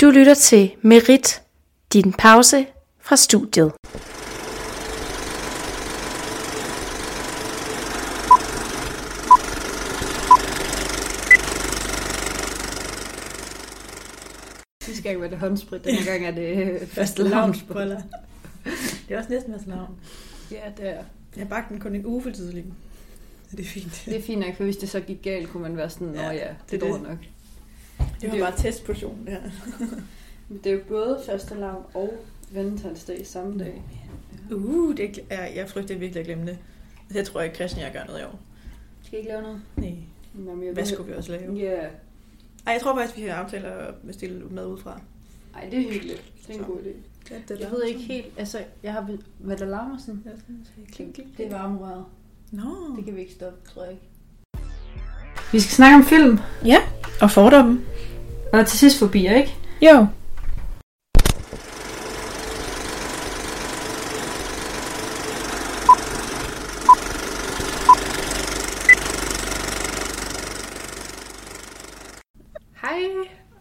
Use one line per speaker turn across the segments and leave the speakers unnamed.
Du lytter til Merit, din pause fra studiet.
Sidste gang var det håndsprit, den her gang er det øh,
Første lavnsboller. Det er også næsten deres navn.
Ja, det er.
Jeg bagte den kun en uge for tidlig. Så det er fint.
Det er fint nok, for hvis det så gik galt, kunne man være sådan, nå
Ja,
ja,
det
det
er
går
det.
nok.
Det
det
var
er
bare testportionen, det her.
Det er jo både første lavn og vandetansdag samme dag.
Uh, det er, jeg- jeg frygter virkelig at glemme det. Altså, jeg tror ikke, Christian og jeg gør noget i år.
Skal I ikke lave noget?
Nej.
Nå, men jeg
Hvad
ved-
skulle vi også lave?
Ja,
Ej, jeg tror faktisk, vi har aftalt at bestille mad udefra.
ej, det er hyggeligt. Det er en
Så.
god idé.
Det,
Jeg ved ikke helt, altså, jeg har... Hvad der larmer sådan?
Klink, klink.
Det er varmerøret.
Nå.
Det kan vi ikke stoppe, tror jeg ikke. Vi skal snakke om film,
Ja, og fordomme.
og til sidst fobier, ikke?
Jo.
Hej,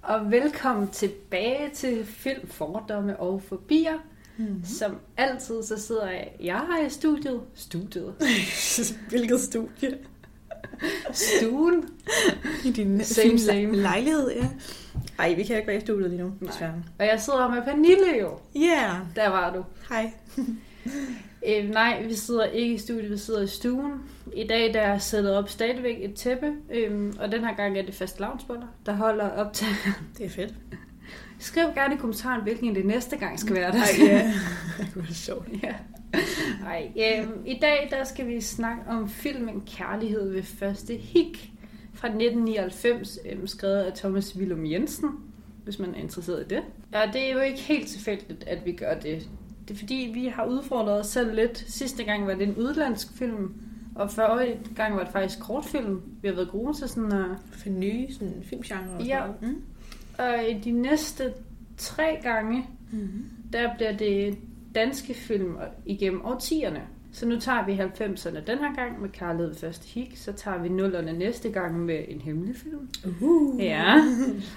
og velkommen tilbage til Film, Fordomme og Fobier.
Mm.
Som altid, så sidder jeg, jeg her i studiet. Studiet.
Hvilket studie.
Stuen.
I din
Same,
fine
same.
lejlighed, ja. Ej, vi kan ikke være i studiet lige nu, desværre.
Og jeg sidder med Pernille jo.
Ja,
Der var du.
hej.
Øh, nej, vi sidder ikke i studiet, vi sidder i stuen. I dag der er sættet op stadigvæk et tæppe, øhm, og den her gang er det fast lavnsboller, der holder op til.
Det er fedt.
Skriv gerne i kommentaren, hvilken det næste gang skal være der.
Ej, ja. Det kunne være sjovt.
Ja. Ej, øhm, I dag der skal vi snakke om filmen Kærlighed ved første hik fra 1999, øhm, skrevet af Thomas Willum Jensen, hvis man er interesseret i det. Ja, det er jo ikke helt tilfældigt, at vi gør det. Det er fordi, vi har udfordret os selv lidt. Sidste gang var det en udlandsk film, og forrige gang var det faktisk kortfilm. Vi har været gode til sådan at...
For nye sådan, filmgenre. og
Ja.
sådan noget. Mm.
Og i de næste tre gange,
Mm-hmm.
der bliver det danske film igennem årtierne. Så nu tager vi 90'erne den her gang med Kærlighed ved første hik, så tager vi 0'erne næste gang med en hemmelig film.
Uh.
Ja.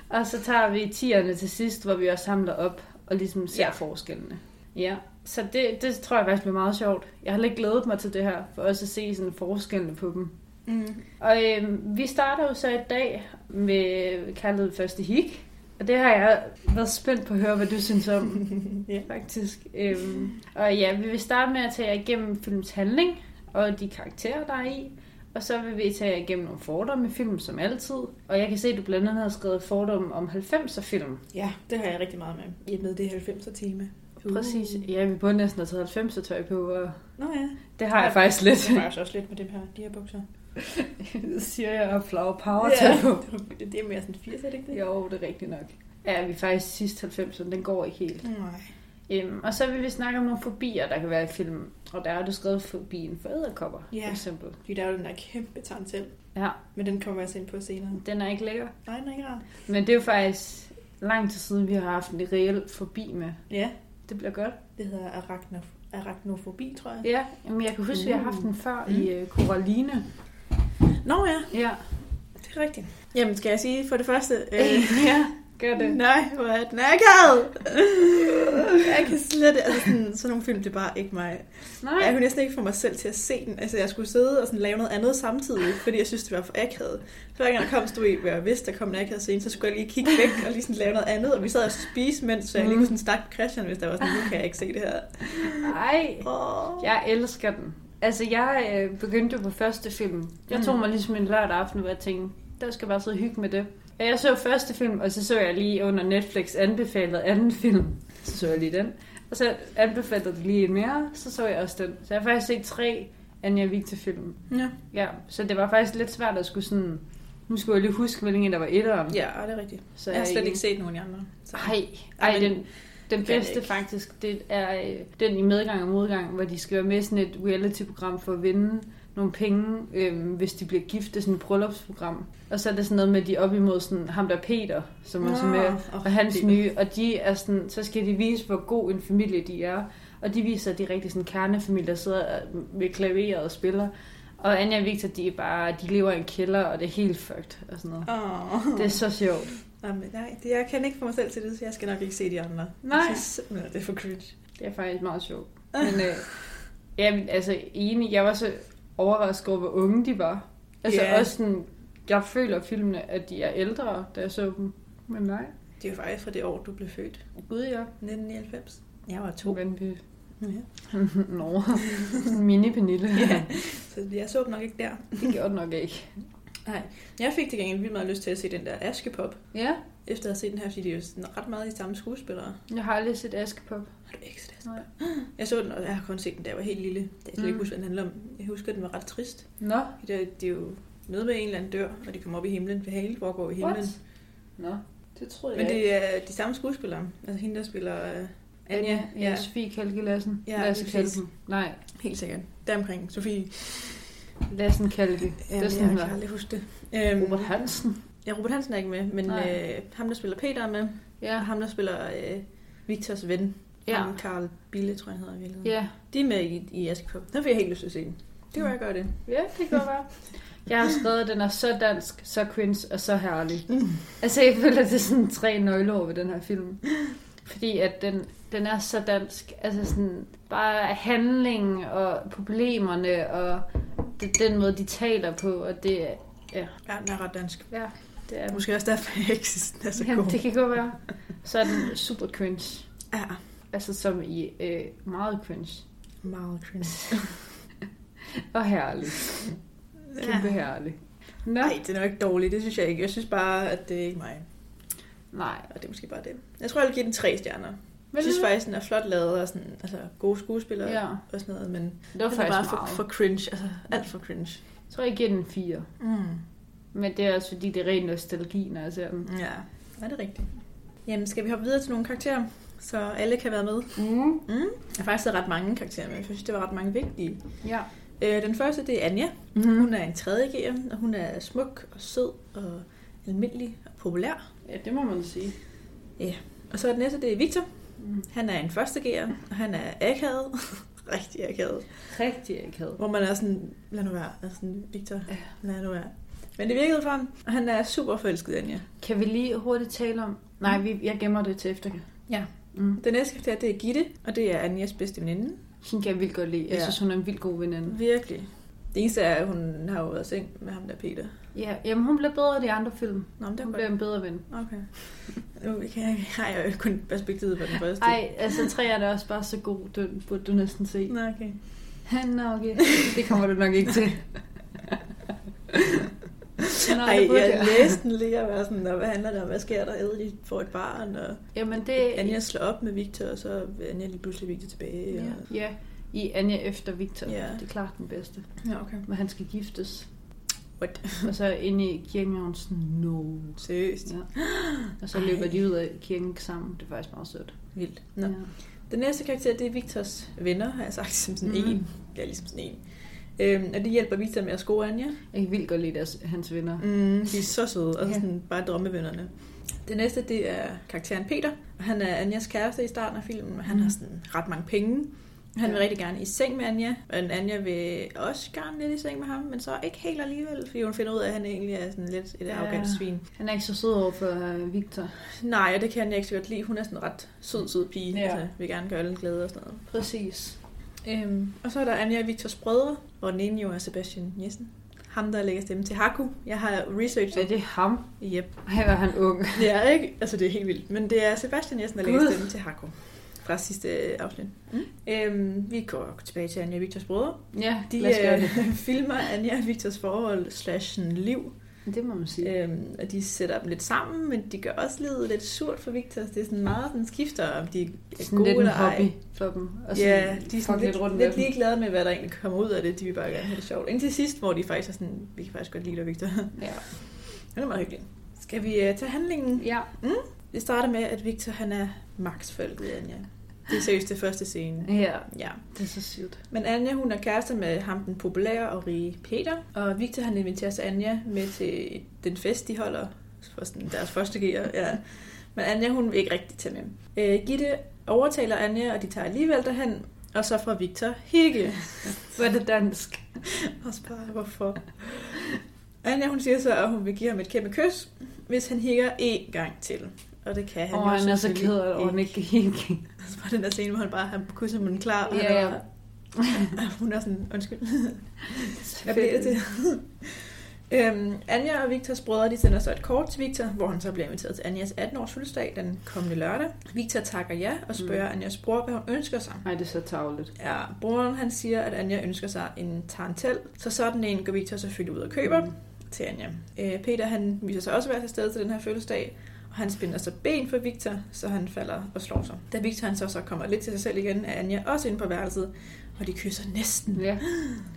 Og så tager vi 10'erne til sidst, hvor vi også samler op og ligesom ser ja.
Ja.
forskellene. Ja, så det, det tror jeg faktisk bliver meget sjovt. Jeg har lidt glædet mig til det her, for også at se sådan forskellene på dem.
Mm.
Og øh, vi starter jo så i dag med Kærlighed ved første hik, og det har jeg været spændt på at høre, hvad du synes om
ja.
faktisk. Øhm, og ja, vi vil starte med at tage jer igennem filmens handling og de karakterer, der er i. Og så vil vi tage jer igennem nogle fordomme i filmen, som altid. Og jeg kan se, at du blandt andet har skrevet fordomme om 90'er film.
ja, det har jeg rigtig meget med. I og med det 90'er tema. Uh.
Præcis. Ja, vi burde næsten have taget 90'er tøj på, og
Nå ja,
det har jeg faktisk lidt.
det var faktisk også lidt med dem her, de her bukser.
siger jeg og flower power tøj
Ja.
på.
Det er mere sådan 80, er det ikke det?
Jo, det er rigtigt nok. Ja, vi er faktisk sidst 90'erne, den går ikke helt.
Nej.
Øhm, og så vil vi snakke om nogle fobier, der kan være i filmen. Og der er du skrevet fobien for æderkopper,
Ja.
for eksempel.
Fordi der er jo den der kæmpe tarntel.
Ja,
Men den kommer vi altså ind på senere.
den er ikke lækker.
Nej, den er ikke rar.
Men det er jo faktisk lang tid siden, vi har haft en reel forbi med.
Ja,
Det bliver godt.
det hedder arachnof- arachnofobi, tror jeg.
Ja, men jeg kan huske, at vi har haft den før i øh, Coraline.
Nå ja,
Ja.
det er rigtigt. Jamen, skal jeg sige for det første... Øh,
ja, gør det.
Nej, hvor er den akavet! Jeg kan slet ikke... Altså, sådan, sådan nogle film, det er bare ikke mig. Jeg
Nej.
kunne næsten ikke få mig selv til at se den. Altså, jeg skulle sidde og sådan lave noget andet samtidig, fordi jeg synes, det var for akavet. Hver gang der kom, stod i, hvor jeg vidste, der kom en akavet scene, så skulle jeg lige kigge væk og lige sådan lave noget andet. Og vi sad og spiste, mens så jeg lige kunne sådan snakke med Christian, hvis der var sådan, nu kan jeg ikke se det her.
Ej,
Oh.
jeg elsker den. Altså, jeg øh, begyndte jo på første film. Jeg tog mig ligesom en lørdag aften, hvor jeg tænkte, der skal jeg bare sidde og hygge med det. Og jeg så første film, og så så jeg lige under Netflix anbefalet anden film. Så så jeg lige den. Og så anbefalede de lige en mere, så så jeg også den. Så jeg har faktisk set tre Anja Victor-film.
Ja.
Ja, så det var faktisk lidt svært at skulle sådan... Nu skulle jeg lige huske, hvilken en der var etteren.
ja, og det er rigtigt.
så øh,
Så jeg har slet ikke set nogen af de andre. Så.
Ej, ej
men
den, den
kan jeg
bedste
ikke.
faktisk, det er øh, den i medgang og modgang, hvor de skal være med i sådan et reality-program for at vinde nogle penge, øh, hvis de bliver gift. Det er sådan et bryllupsprogram. Og så er det sådan noget med, at de er op imod sådan, ham der Peter, som også er med,
Ah.
og hans nye, og de er sådan, så skal de vise, hvor god en familie de er. Og de viser, at de er rigtig sådan en kernefamilie, der sidder med klaveret og spiller. Og Anja og Victor, de er bare, de lever i en kælder, og det er helt fucked og sådan noget.
Oh.
Det er så sjovt.
Jamen, nej, det, jeg kan ikke få mig selv til det, så jeg skal nok ikke se de andre.
Nej.
Jeg synes simpelthen, at det er for cringe.
Det er faktisk meget sjovt. Men øh, ja, altså enig, jeg var så overrasket over, hvor unge de var. Altså
Ja.
yeah. også sådan, jeg føler filmene, at de er ældre, da jeg så dem. Men nej.
Det er jo faktisk fra det år, du blev født.
Gud, ja.
1999. Jeg var to.
To. Vanvittigt.
Ja.
Nå, Sådan en mini-Pernille.
ja. Så jeg så dem nok ikke der.
Det gjorde den nok ikke.
Nej. Jeg fik til gengæld vildt meget lyst til at se den der Askepop.
Ja,
Efter at have set den her, fordi det er jo sådan ret meget de samme skuespillere.
jeg har aldrig set Askepop.
Har du ikke set Askepop?
Nej.
Jeg så den, og jeg har kun set den, da jeg var helt lille. Det er slet ikke
Mm.
huske, hvad den handler om. Jeg husker, at den var ret trist.
Nå,
Det er, det er jo noget med en eller anden dør, og de kommer op i himlen, for hele foregår i himlen.
what? Nå, det troede
Men
jeg
det er de samme skuespillere. Altså hende, der spiller uh, Anja.
Ja, Sofie Kalke Lassen.
Ja,
Lasse
præcis.
Kalken. Nej,
helt sikkert. Der omkring Sofie.
Lassen Kalke.
Ja,
det er sådan,
jeg kan
der.
aldrig huske det. Øhm,
Robert Hansen.
ja, Robert Hansen er ikke med, men
Nej.
øh, ham, der spiller Peter er med,
Ja,
og ham, der spiller øh, Victors ven, ja.
ja,
ham Karl Bille, tror jeg, han hedder i virkeligheden.
ja. Mm.
De er med i, i Askepop. Der vil jeg helt lyst til at se den. Det var jeg gøre det.
Ja, det kan godt være. Jeg har skrevet, at den er så dansk, så cringe og så herlig. Altså, jeg føler, at det er sådan tre nøgleord ved den her film. Fordi at den, den er så dansk. Altså sådan, bare handlingen og problemerne og det, den måde, de taler på, og det er...
Ja, den er ret dansk.
Ja, det er
Måske også derfor, jeg ikke synes, den er så
Jamen,
god.
det kan godt være. Så er den super cringe.
Ja,
Altså som i øh, meget cringe.
meget cringe.
Og herlig. Kæmpe
Ja.
herlig. Nå,
Nej, det er nok ikke dårligt. Det synes jeg ikke. Jeg synes bare, at det er ikke mig.
nej.
Og det er måske bare det. Jeg tror, jeg vil give den tre stjerner.
Men
Jeg synes faktisk, den er flot lavet og sådan, altså, gode skuespillere ja.
Ja,
og sådan noget, men
det var
den er
faktisk
bare
meget.
for, for cringe, altså alt for cringe.
Jeg tror, jeg giver den 4.
Mm.
Men det er også fordi, det er ren nostalgi, når jeg ser den.
Ja, er det rigtigt. Jamen, skal vi hoppe videre til nogle karakterer, så alle kan være med?
Mm.
Mm. Jeg har faktisk taget ret mange karakterer med, for jeg synes, det var ret mange vigtige.
Ja.
Øh, den første, det er Anja.
Mm.
Hun er en 3.G'er, og hun er smuk og sød og almindelig og populær.
Ja, det må man sige.
Og så den næste, det er Victor.
Mm.
Han er en 1.G'er, og han er akavet. Rigtig akavet.
Rigtig akavet.
Hvor man er sådan, lad nu være, altså sådan, Victor, lad nu være. Men det virkede for ham, og han er super forelsket i Anja.
Kan vi lige hurtigt tale om... Nej, vi, jeg gemmer det til efter.
Ja.
Mm.
Den næste karakter, det er Gitte, og det er Anjas bedste veninde.
Hende kan jeg vildt godt lide. Jeg
Ja.
synes, hun er en vildt god veninde.
Virkelig. Det eneste er, at hun har jo været i seng med ham der Peter.
Ja, jamen hun bliver bedre i de andre film.
Nå, men det er
Hun
godt.
bliver en bedre ven.
Okay. Nu kan jeg ikke. Nej, jeg har jo kun perspektivet på den første.
Ej, altså træerne er også bare så god, den burde du næsten se.
Nå, okay.
Han nok ikke. Det kommer du nok ikke til. Nå,
Nej,
det burde
jeg
jeg.
læste den lige og var sådan, "Nå, hvad handler det om? Hvad sker der? Æder de får et barn? Og
Jamen det
Anja slår op med Victor, og så vil Anja lige pludselig Victor tilbage. Og...
Ja. ja, i Anja efter Victor.
Ja.
Det er klart den bedste.
ja, okay.
Men han skal giftes.
What?
Og så inde i kirken er hun sådan, no.
Seriøst.
Ja. Og så løber de ud af kirken sammen. Det er faktisk meget sødt.
Vildt. Nå.
Ja.
Den næste karakter, det er Victors venner, har jeg sagt, som sådan
Mhm.
mm. en. Ja, ligesom sådan en. Øhm, og det hjælper Victor med at score Anja.
Jeg kan vildt godt lide deres, hans venner.
Mm, de er så søde, og
Ja.
sådan bare drømmevennerne. Det næste, det er karakteren Peter, og han er Anjas kæreste i starten af filmen, og han
Mhm.
har sådan ret mange penge. Han vil
Ja.
rigtig gerne i seng med Anja, men Anja vil også gerne lidt i seng med ham, men så ikke helt alligevel, fordi hun finder ud af, at han egentlig er sådan lidt et
Ja.
ja. arrogant svin.
Han er ikke så sød over for øh, Victor.
Nej, og det kan Anja ikke så godt lide. Hun er sådan en ret sød, sød pige,
Ja.
ja. altså vil gerne gøre alle glade og sådan noget.
Præcis.
Øhm, og så er der Anja og Victors brødre, og den ene jo er Sebastian Jessen. Ham, der lægger stemme til Haku. Jeg har
Så er
researchet.
det ham.
Yep.
Her var han ung.
Det er ikke, altså det er helt vildt, men det er Sebastian Jessen, der lægger
Gud.
stemme til Haku fra sidste øh, afsnit. Mm. Øhm, vi går tilbage til Anja og Victors brødre.
Ja,
De
lad os gøre det.
øh, filmer Anja og Victors forhold slash sådan liv,
Det må man sige.
øhm, og de sætter dem lidt sammen, men de gør også livet lidt surt for Victor. Det er sådan meget, den skifter, om de er
sådan
gode
lidt en
eller ej.
hobby for dem. Og sådan,
Ja, de er sådan
fuck
lidt,
lidt rundt med
lidt
dem.
ligeglade med, hvad der egentlig kommer ud af det. De vil bare gerne have det sjovt. Indtil sidst, hvor de faktisk er sådan, vi kan faktisk godt lide dig, Victor.
Ja.
det er meget hyggeligt. Skal vi uh, tage handlingen?
ja.
Det starter med, at Victor han er max forelsket i Anja. Det er seriøst det første scene.
Ja,
Ja.
det er så sygt.
Men Anja, hun er kæreste med ham, den populære og rige Peter. Og Victor, han inviterer så Anja med til den fest, de holder for sådan deres første gear. Ja. Men Anja, hun vil ikke rigtig tage med. Øh, Gitte overtaler Anja, og de tager alligevel derhen. Og så fra Victor Hikke.
Hvor er det dansk?
Også bare, hvorfor? Anja, hun siger så, at hun vil give ham et kæmpe kys, hvis han hikker én gang til. Og det kan han
Og
jo
han er så
selvfølgelig
ked af, at hun ikke gik.
Og Så var den der scene, hvor han bare han kysser munden klar, og
Ja,
han
ja.
var- hun er sådan, undskyld, hvad bliver det til? øhm, Anja og Victors brødre, de sender så et kort til Victor, hvor han så bliver inviteret til Anjas 18-års fødselsdag den kommende lørdag. Victor takker ja og spørger mm. Anjas bror, hvad hun ønsker sig.
Nej, det er så tavligt.
Ja, broren han siger, at Anja ønsker sig en tarantel, så sådan en går Victor selvfølgelig ud og køber mm. til Anja. Øh, Peter han viser sig også at være til stede til den her fødselsdag, og han spænder så ben for Victor, så han falder og slår sig. Da Victor han så, så kommer lidt til sig selv igen, er Anja også inde på værelset, og de kysser næsten.
Ja.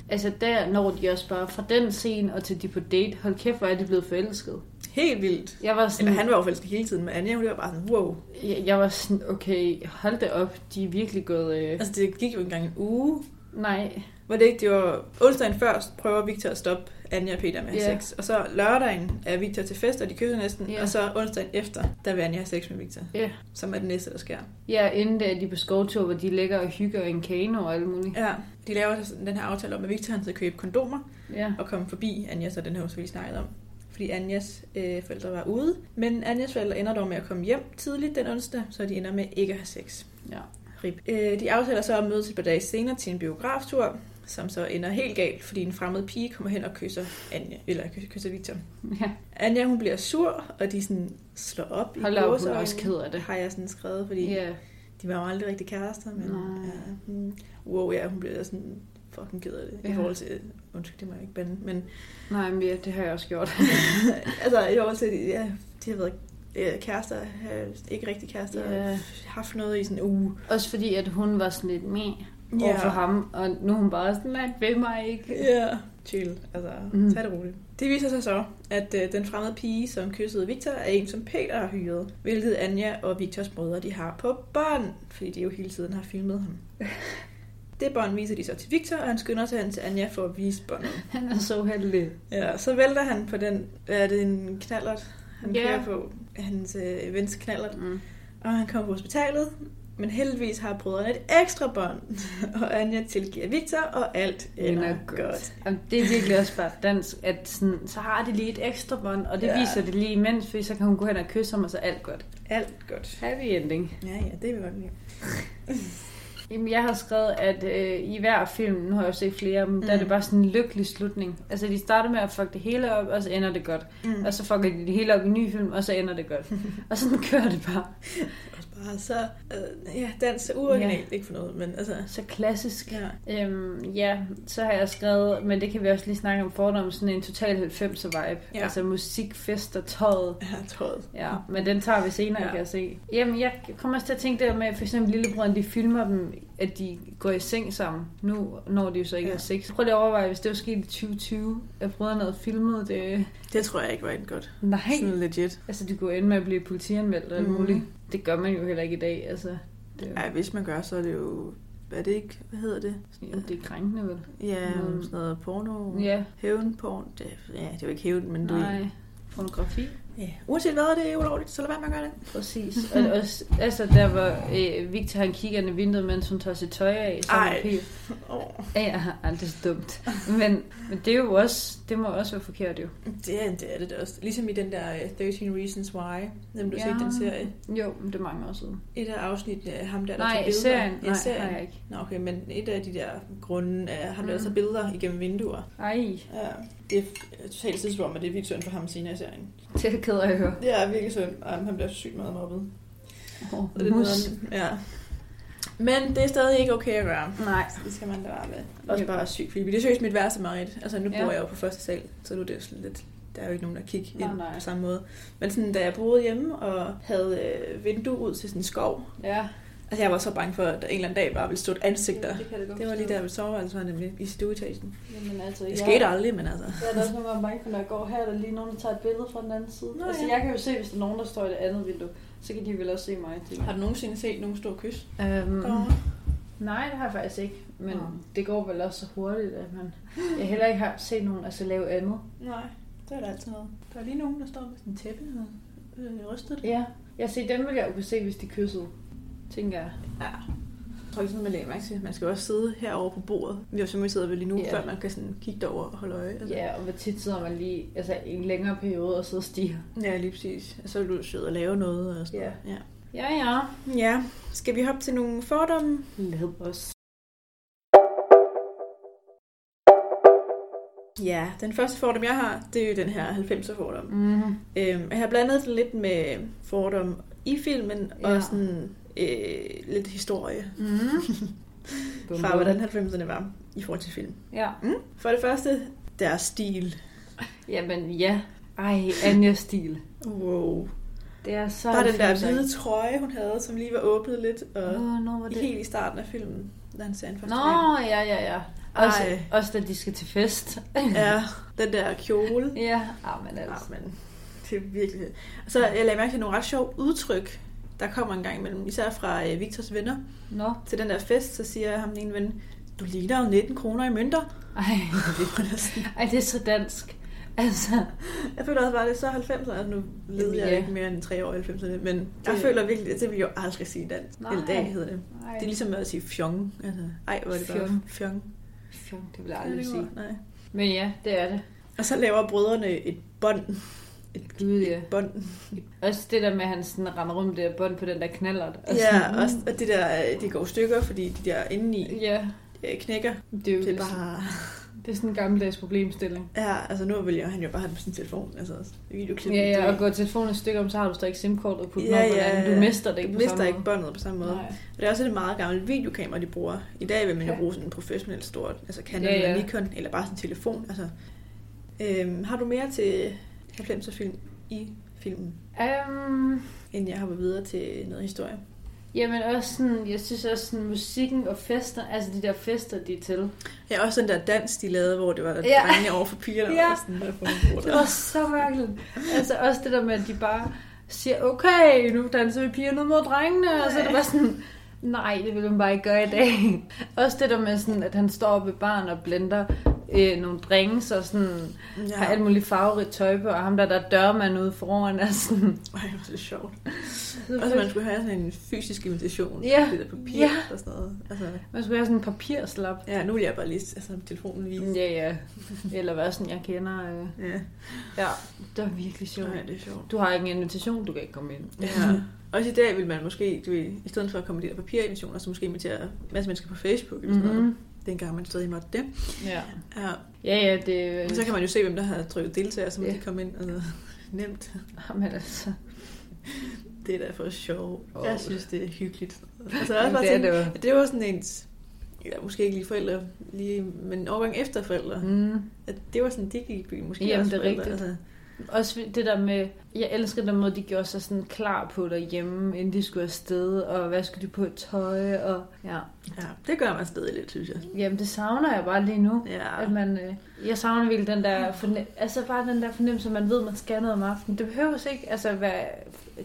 Altså der når de også bare fra den scene og til de på date. Hold kæft, hvor er de blevet forelsket.
Helt vildt.
Jeg var
Eller
sådan,
han var jo forelsket hele tiden, men Anja hun var bare sådan, wow.
jeg, jeg var sådan okay, hold da op. De er virkelig gået... Øh...
Altså det gik jo engang en uge,
Nej,
Var det ikke, det var onsdagen først, prøver Victor at stoppe Anja og Peter med at have
Ja.
sex. Og så lørdagen er Victor til fest, og de kysser næsten.
Ja.
Og så onsdagen efter, der vil Anja have sex med Victor.
Ja.
Som er det næste, der sker.
Ja, inden der er de på skovtur, hvor de ligger og hygger i en kano og alt muligt.
Ja. De laver så sådan den her aftale om, at Victor han skal købe kondomer
Ja.
og komme forbi Anja, så den her vi snakket om. Fordi Anjas øh, forældre var ude. Men Anjas forældre ender dog med at komme hjem tidligt den onsdag, så de ender med ikke at have sex.
ja.
Rip. Øh, de aftaler så at mødes et par dage senere til en biograftur, som så ender helt galt, fordi en fremmed pige kommer hen og kysser Anja, eller kysser- kysser Victor.
ja.
Anja, hun bliver sur, og de sådan slår op i
Hold op, hun er
gåseøjne.
også ked af det.
har jeg sådan skrevet, fordi yeah.
Ja.
de var jo aldrig rigtig kærester, men
Nej.
ja, hmm. wow, ja, hun bliver sådan fucking ked af det, yeah.
Ja.
i forhold til, undskyld, det må jeg ikke bande, men
Nej, men ja, det har jeg også gjort.
altså, i forhold til, ja, de har været øh, kærester, øh, ikke rigtig kærester, yeah.
Ja.
haft noget i sådan en uge.
Altså, Også fordi, at hun var sådan lidt med over for ham, og nu er hun bare sådan, man ved mig ikke.
Ja. Chill. Altså,
Mm.
mm. tag det roligt. Det viser sig så, at øh, den fremmede pige, som kyssede Victor, er en, som Peter har hyret. Hvilket Anja og Victors brødre, de har på bånd. Fordi de jo hele tiden har filmet ham. det bånd viser de så til Victor, og han skynder sig hen til Anja for at vise båndet.
Han er så heldig.
Ja, så vælter han på den, er det en knallert, han
Ja.
yeah. kører på. Hans øh, vens knallert.
Mm.
Og han kommer på hospitalet, men heldigvis har brødrene et ekstra bånd. og Anja tilgiver Victor, og alt ender
Ender godt.
godt.
Jamen, det er virkelig også bare dansk, at sådan, så har de lige et ekstra bånd, og det
Ja.
viser det lige imens, fordi så kan hun gå hen og kysse ham, og så er alt godt.
Alt godt.
Happy ending.
Ja, ja, det er vi godt lide.
Jamen, jeg har skrevet, at øh, i hver film, nu har jeg jo set flere af dem, mm. der er det bare sådan en lykkelig slutning. Altså, de starter med at fuck det hele op, og så ender det godt. Mm. Og så fucker de det hele op i en ny film, og så ender det godt. og sådan kører det bare.
Også bare så, øh, ja, dans er uoriginalt, ja. ikke for noget, men altså,
Så klassisk.
ja.
Øhm, ja, så har jeg skrevet, men det kan vi også lige snakke om fordomme, sådan en total 90'er vibe. Ja.
Ja.
Altså musik, fester, tøjet.
Jeg har tøjet.
Ja, men den tager vi senere, ja.
Ja.
kan jeg se. Jamen, jeg kommer også til at tænke det der med, at for eksempel lillebrødrene, de filmer dem, at de går i seng sammen. Nu når de jo så ikke
Ja.
ja. har sex. Prøv lige at overveje, hvis det var sket i 2020, at brødrene havde filmet det.
Det tror jeg ikke var en godt.
Nej.
Sådan legit.
Altså, de kunne ende med at blive politianmeldt og alt
Mhm.
muligt. Det gør man jo heller ikke i dag, altså. Det, er,
Ej, hvis man gør, så er det jo, er det ikke, hvad hedder det?
jamen, det er krænkende, vel?
Ja,
Mm.
mm. sådan noget porno.
Ja.
Hævnporn. Det, ja, det er jo ikke hævn, men du...
Nej. Pornografi.
Ja. Uanset hvad, det er ulovligt, så lad være med at gøre det.
Præcis. Og også, altså, der var øh, Victor, han kigger ind i vinduet, mens hun tager sit tøj af. Så
Ej.
Ej.
Oh,
Ja, ej, det er så dumt. Men, men det er jo også, det må også være forkert jo.
det, er, det er det da også. Ligesom i den der øh, 13 Reasons Why, nemlig du har
Ja.
set den serie.
Jo, men det er mange år siden.
Et af afsnittene af ham der, der tog
Nej,
billeder.
serien,
Ja,
nej,
serien.
har jeg ikke.
Nå, okay, men et af de der grunde er ham, der
Mm.
mm. tager billeder igennem vinduer.
Ej,
Ja, det er øh, totalt tidsrum, og det er virkelig synd for ham senere i serien.
det er jeg ked af at høre.
Det er virkelig synd, og han bliver sygt meget mobbet.
Oh,
Og det er nederen. ja. Men det er stadig ikke okay at gøre.
Nej.
Det skal man da være med.
Også
Også
bare
bare sygt creepy. Det er seriøst mit værste mareridt. Altså nu
Ja.
ja. bor jeg jo på første sal, så nu er det jo sådan lidt... Der er jo ikke nogen, der kigger
Nej,
ind
nej.
på samme måde. Men sådan, da jeg boede hjemme og havde øh, vindue ud til sådan en skov,
Ja.
altså jeg var så bange for, at der en eller anden dag bare ville stå et ansigt der.
kan det godt
Det var lige
forstå.
der, vi sovede, altså var nemlig i stueetagen.
Jamen altså,
Det skete aldrig, men altså...
Jeg er da også nogle gange bange for, når jeg går her, er der lige nogen, der tager et billede fra den anden side.
Nå,
altså,
ja.
jeg kan jo se, hvis der er nogen, der står i det andet vindue, så kan de vel også se mig. Til.
Har du nogensinde set nogen stå og kysse?
Øhm,
Mm.
nej, det har jeg faktisk ikke. Men
Nå.
det går vel også så hurtigt, at man... Jeg heller ikke har set nogen altså lave andet.
Nej, det er der altid noget. Der er lige nogen, der står med sådan en tæppe og øh, rystet.
Ja, jeg ser, dem ville jeg jo kunne se, hvis de kyssede, tænker jeg.
Ja. tror ikke, sådan noget, man lægger mærke til. Man skal jo også sidde herovre på bordet. Vi har jo simpelthen siddet ved lige nu,
Ja.
før man kan sådan kigge derover og holde øje. Altså.
Ja, og hvor tit sidder man lige altså, i en længere periode og sidder og stiger.
ja, lige præcis. Og så vil du sidde og lave noget. Og sådan
Ja.
noget. ja.
Ja, ja.
Ja, skal vi hoppe til nogle fordomme?
Lad os.
Ja, den første fordom, jeg har, det er jo den her 90'er fordom.
Mm.
Øhm, jeg har blandet det lidt med fordom i filmen, ja.
Ja.
og sådan øh, lidt historie
Mm.
fra, hvordan 90'erne var i forhold til film.
Ja.
For det første, deres stil.
Jamen, ja. Ej, Anjas stil.
Wow.
Det er så...
Bare den der
fint,
hvide
ikke?
trøje, hun havde, som lige var åbnet lidt, og
Åh, når var det?
helt i starten af filmen, da han ser en
Nå,
første gang.
ja, ja, ja. Også,
Ej.
også da de skal til fest.
Ja, den der kjole.
ja, ah, men
Ja,
altså.
men det er virkelig... Og så jeg lagde mærke til nogle ret sjove udtryk, der kommer en gang imellem, især fra øh, Victors venner.
Nå,
Til den der fest, så siger ham den ene ven, du ligner jo 19 kroner i mønter.
ej.
Det var da sådan-
Ej, det er så dansk. Altså,
jeg føler også bare, at det er så 90'erne, altså nu led
Jamen,
jeg
ja.
ikke mere end 3 år i 90'erne, men jeg
Det-
føler virkelig, at det vil jeg jo aldrig sige i dansk.
Nej.
Nej. Eller dag hedder det.
nej.
Det er ligesom at sige fjong. Altså, ej, hvor er det bare
Fjong.
fjong.
Fjong, det vil jeg aldrig sige.
Nej.
Men ja, det er det.
Og så laver brødrene et bånd.
Gud, ja.
bånd.
Også det der med, at han sådan render rundt med det der bånd på den der knallert.
Ja, og,
mm.
og det der, øh, det går i stykker, fordi de der indeni
Ja,
øh, knækker.
det er jo
Det er
bare...
bare...
det er sådan en gammeldags problemstilling.
Ja, altså nu vil jeg, han jo bare have det på sin telefon, altså videoklip.
Ja, ja, og går telefonen et stykke om, så har du stadig ikke simkortet på
Ja,
ja, ja,
ja,
Du
ja.
mister det
det
ikke på
mister
samme
ikke båndet på samme måde.
Nej.
Og det er også et meget gammelt videokamera, de bruger. I dag vil man jo
Ja.
bruge sådan en professionel stort, altså Canon ja,
Ja,
ja.
ja.
eller Nikon, eller bare sådan en telefon. Altså, øhm, har du mere til 90'er film i filmen,
Um,
inden jeg hopper videre til noget historie?
jamen også sådan, jeg synes også sådan, musikken og fester, altså de der fester, de er til.
Ja, også den der dans, de lavede, hvor det var der
Ja.
ja. drengene over for pigerne.
Ja.
Ja. Og sådan, der for
Det var så mærkeligt. Altså også det der med, at de bare siger, okay, nu danser vi pigerne mod drengene, og så er det bare sådan, nej, det ville man bare ikke gøre i dag. Også det der med sådan, at han står oppe ved baren og blender øh, nogle drinks og sådan, ja. har alt
ja.
muligt farverigt tøj på, og ham der, der er dørmand ude foran er sådan...
Ej, hvor er det sjovt. Og så man skulle have sådan en fysisk invitation.
Ja.
Det der papir
Ja.
og sådan noget. Altså,
Man skulle have sådan en papirslap.
ja, nu vil jeg bare lige altså, telefonen vise.
Ja, ja. Eller hvad sådan, jeg kender. Øh.
Ja.
Ja, det var virkelig sjovt.
Nej, det er sjovt.
Du har ikke en invitation, du kan ikke komme ind.
Ja. Også i dag vil man måske, du ved, i stedet for at komme med de der papirinvationer, så måske invitere en masse mennesker på Facebook eller sådan noget.
Mm-hmm.
Dengang man stadig måtte det.
Ja.
Ja.
ja, ja, det
Og så kan man jo se, hvem der har trykket deltager, så må
Øh. Ja.
de komme ind. Altså, nemt.
Jamen altså.
Det er da for sjov.
Åh.
Jeg synes, det er hyggeligt. Altså, jeg
Jamen,
også bare
det er
tænke,
det jo.
at det var sådan ens, ja, måske ikke lige forældre, lige, men en årgang efter forældre. Mm.
Mm.
At det var sådan, de gik i byen. Måske
Jamen,
også
det er
forældre,
rigtigt.
Altså.
Også det der med, jeg elsker den måde, de gjorde sig sådan klar på derhjemme, inden de skulle afsted, og hvad skulle de på et tøj, og ja.
Ja, det gør man stadig lidt, synes jeg.
Jamen det savner jeg bare lige nu.
Ja.
At man, øh, jeg savner virkelig den der, forne- altså bare den der fornemmelse, at man ved, man skal noget om aftenen. Det behøver ikke altså, at være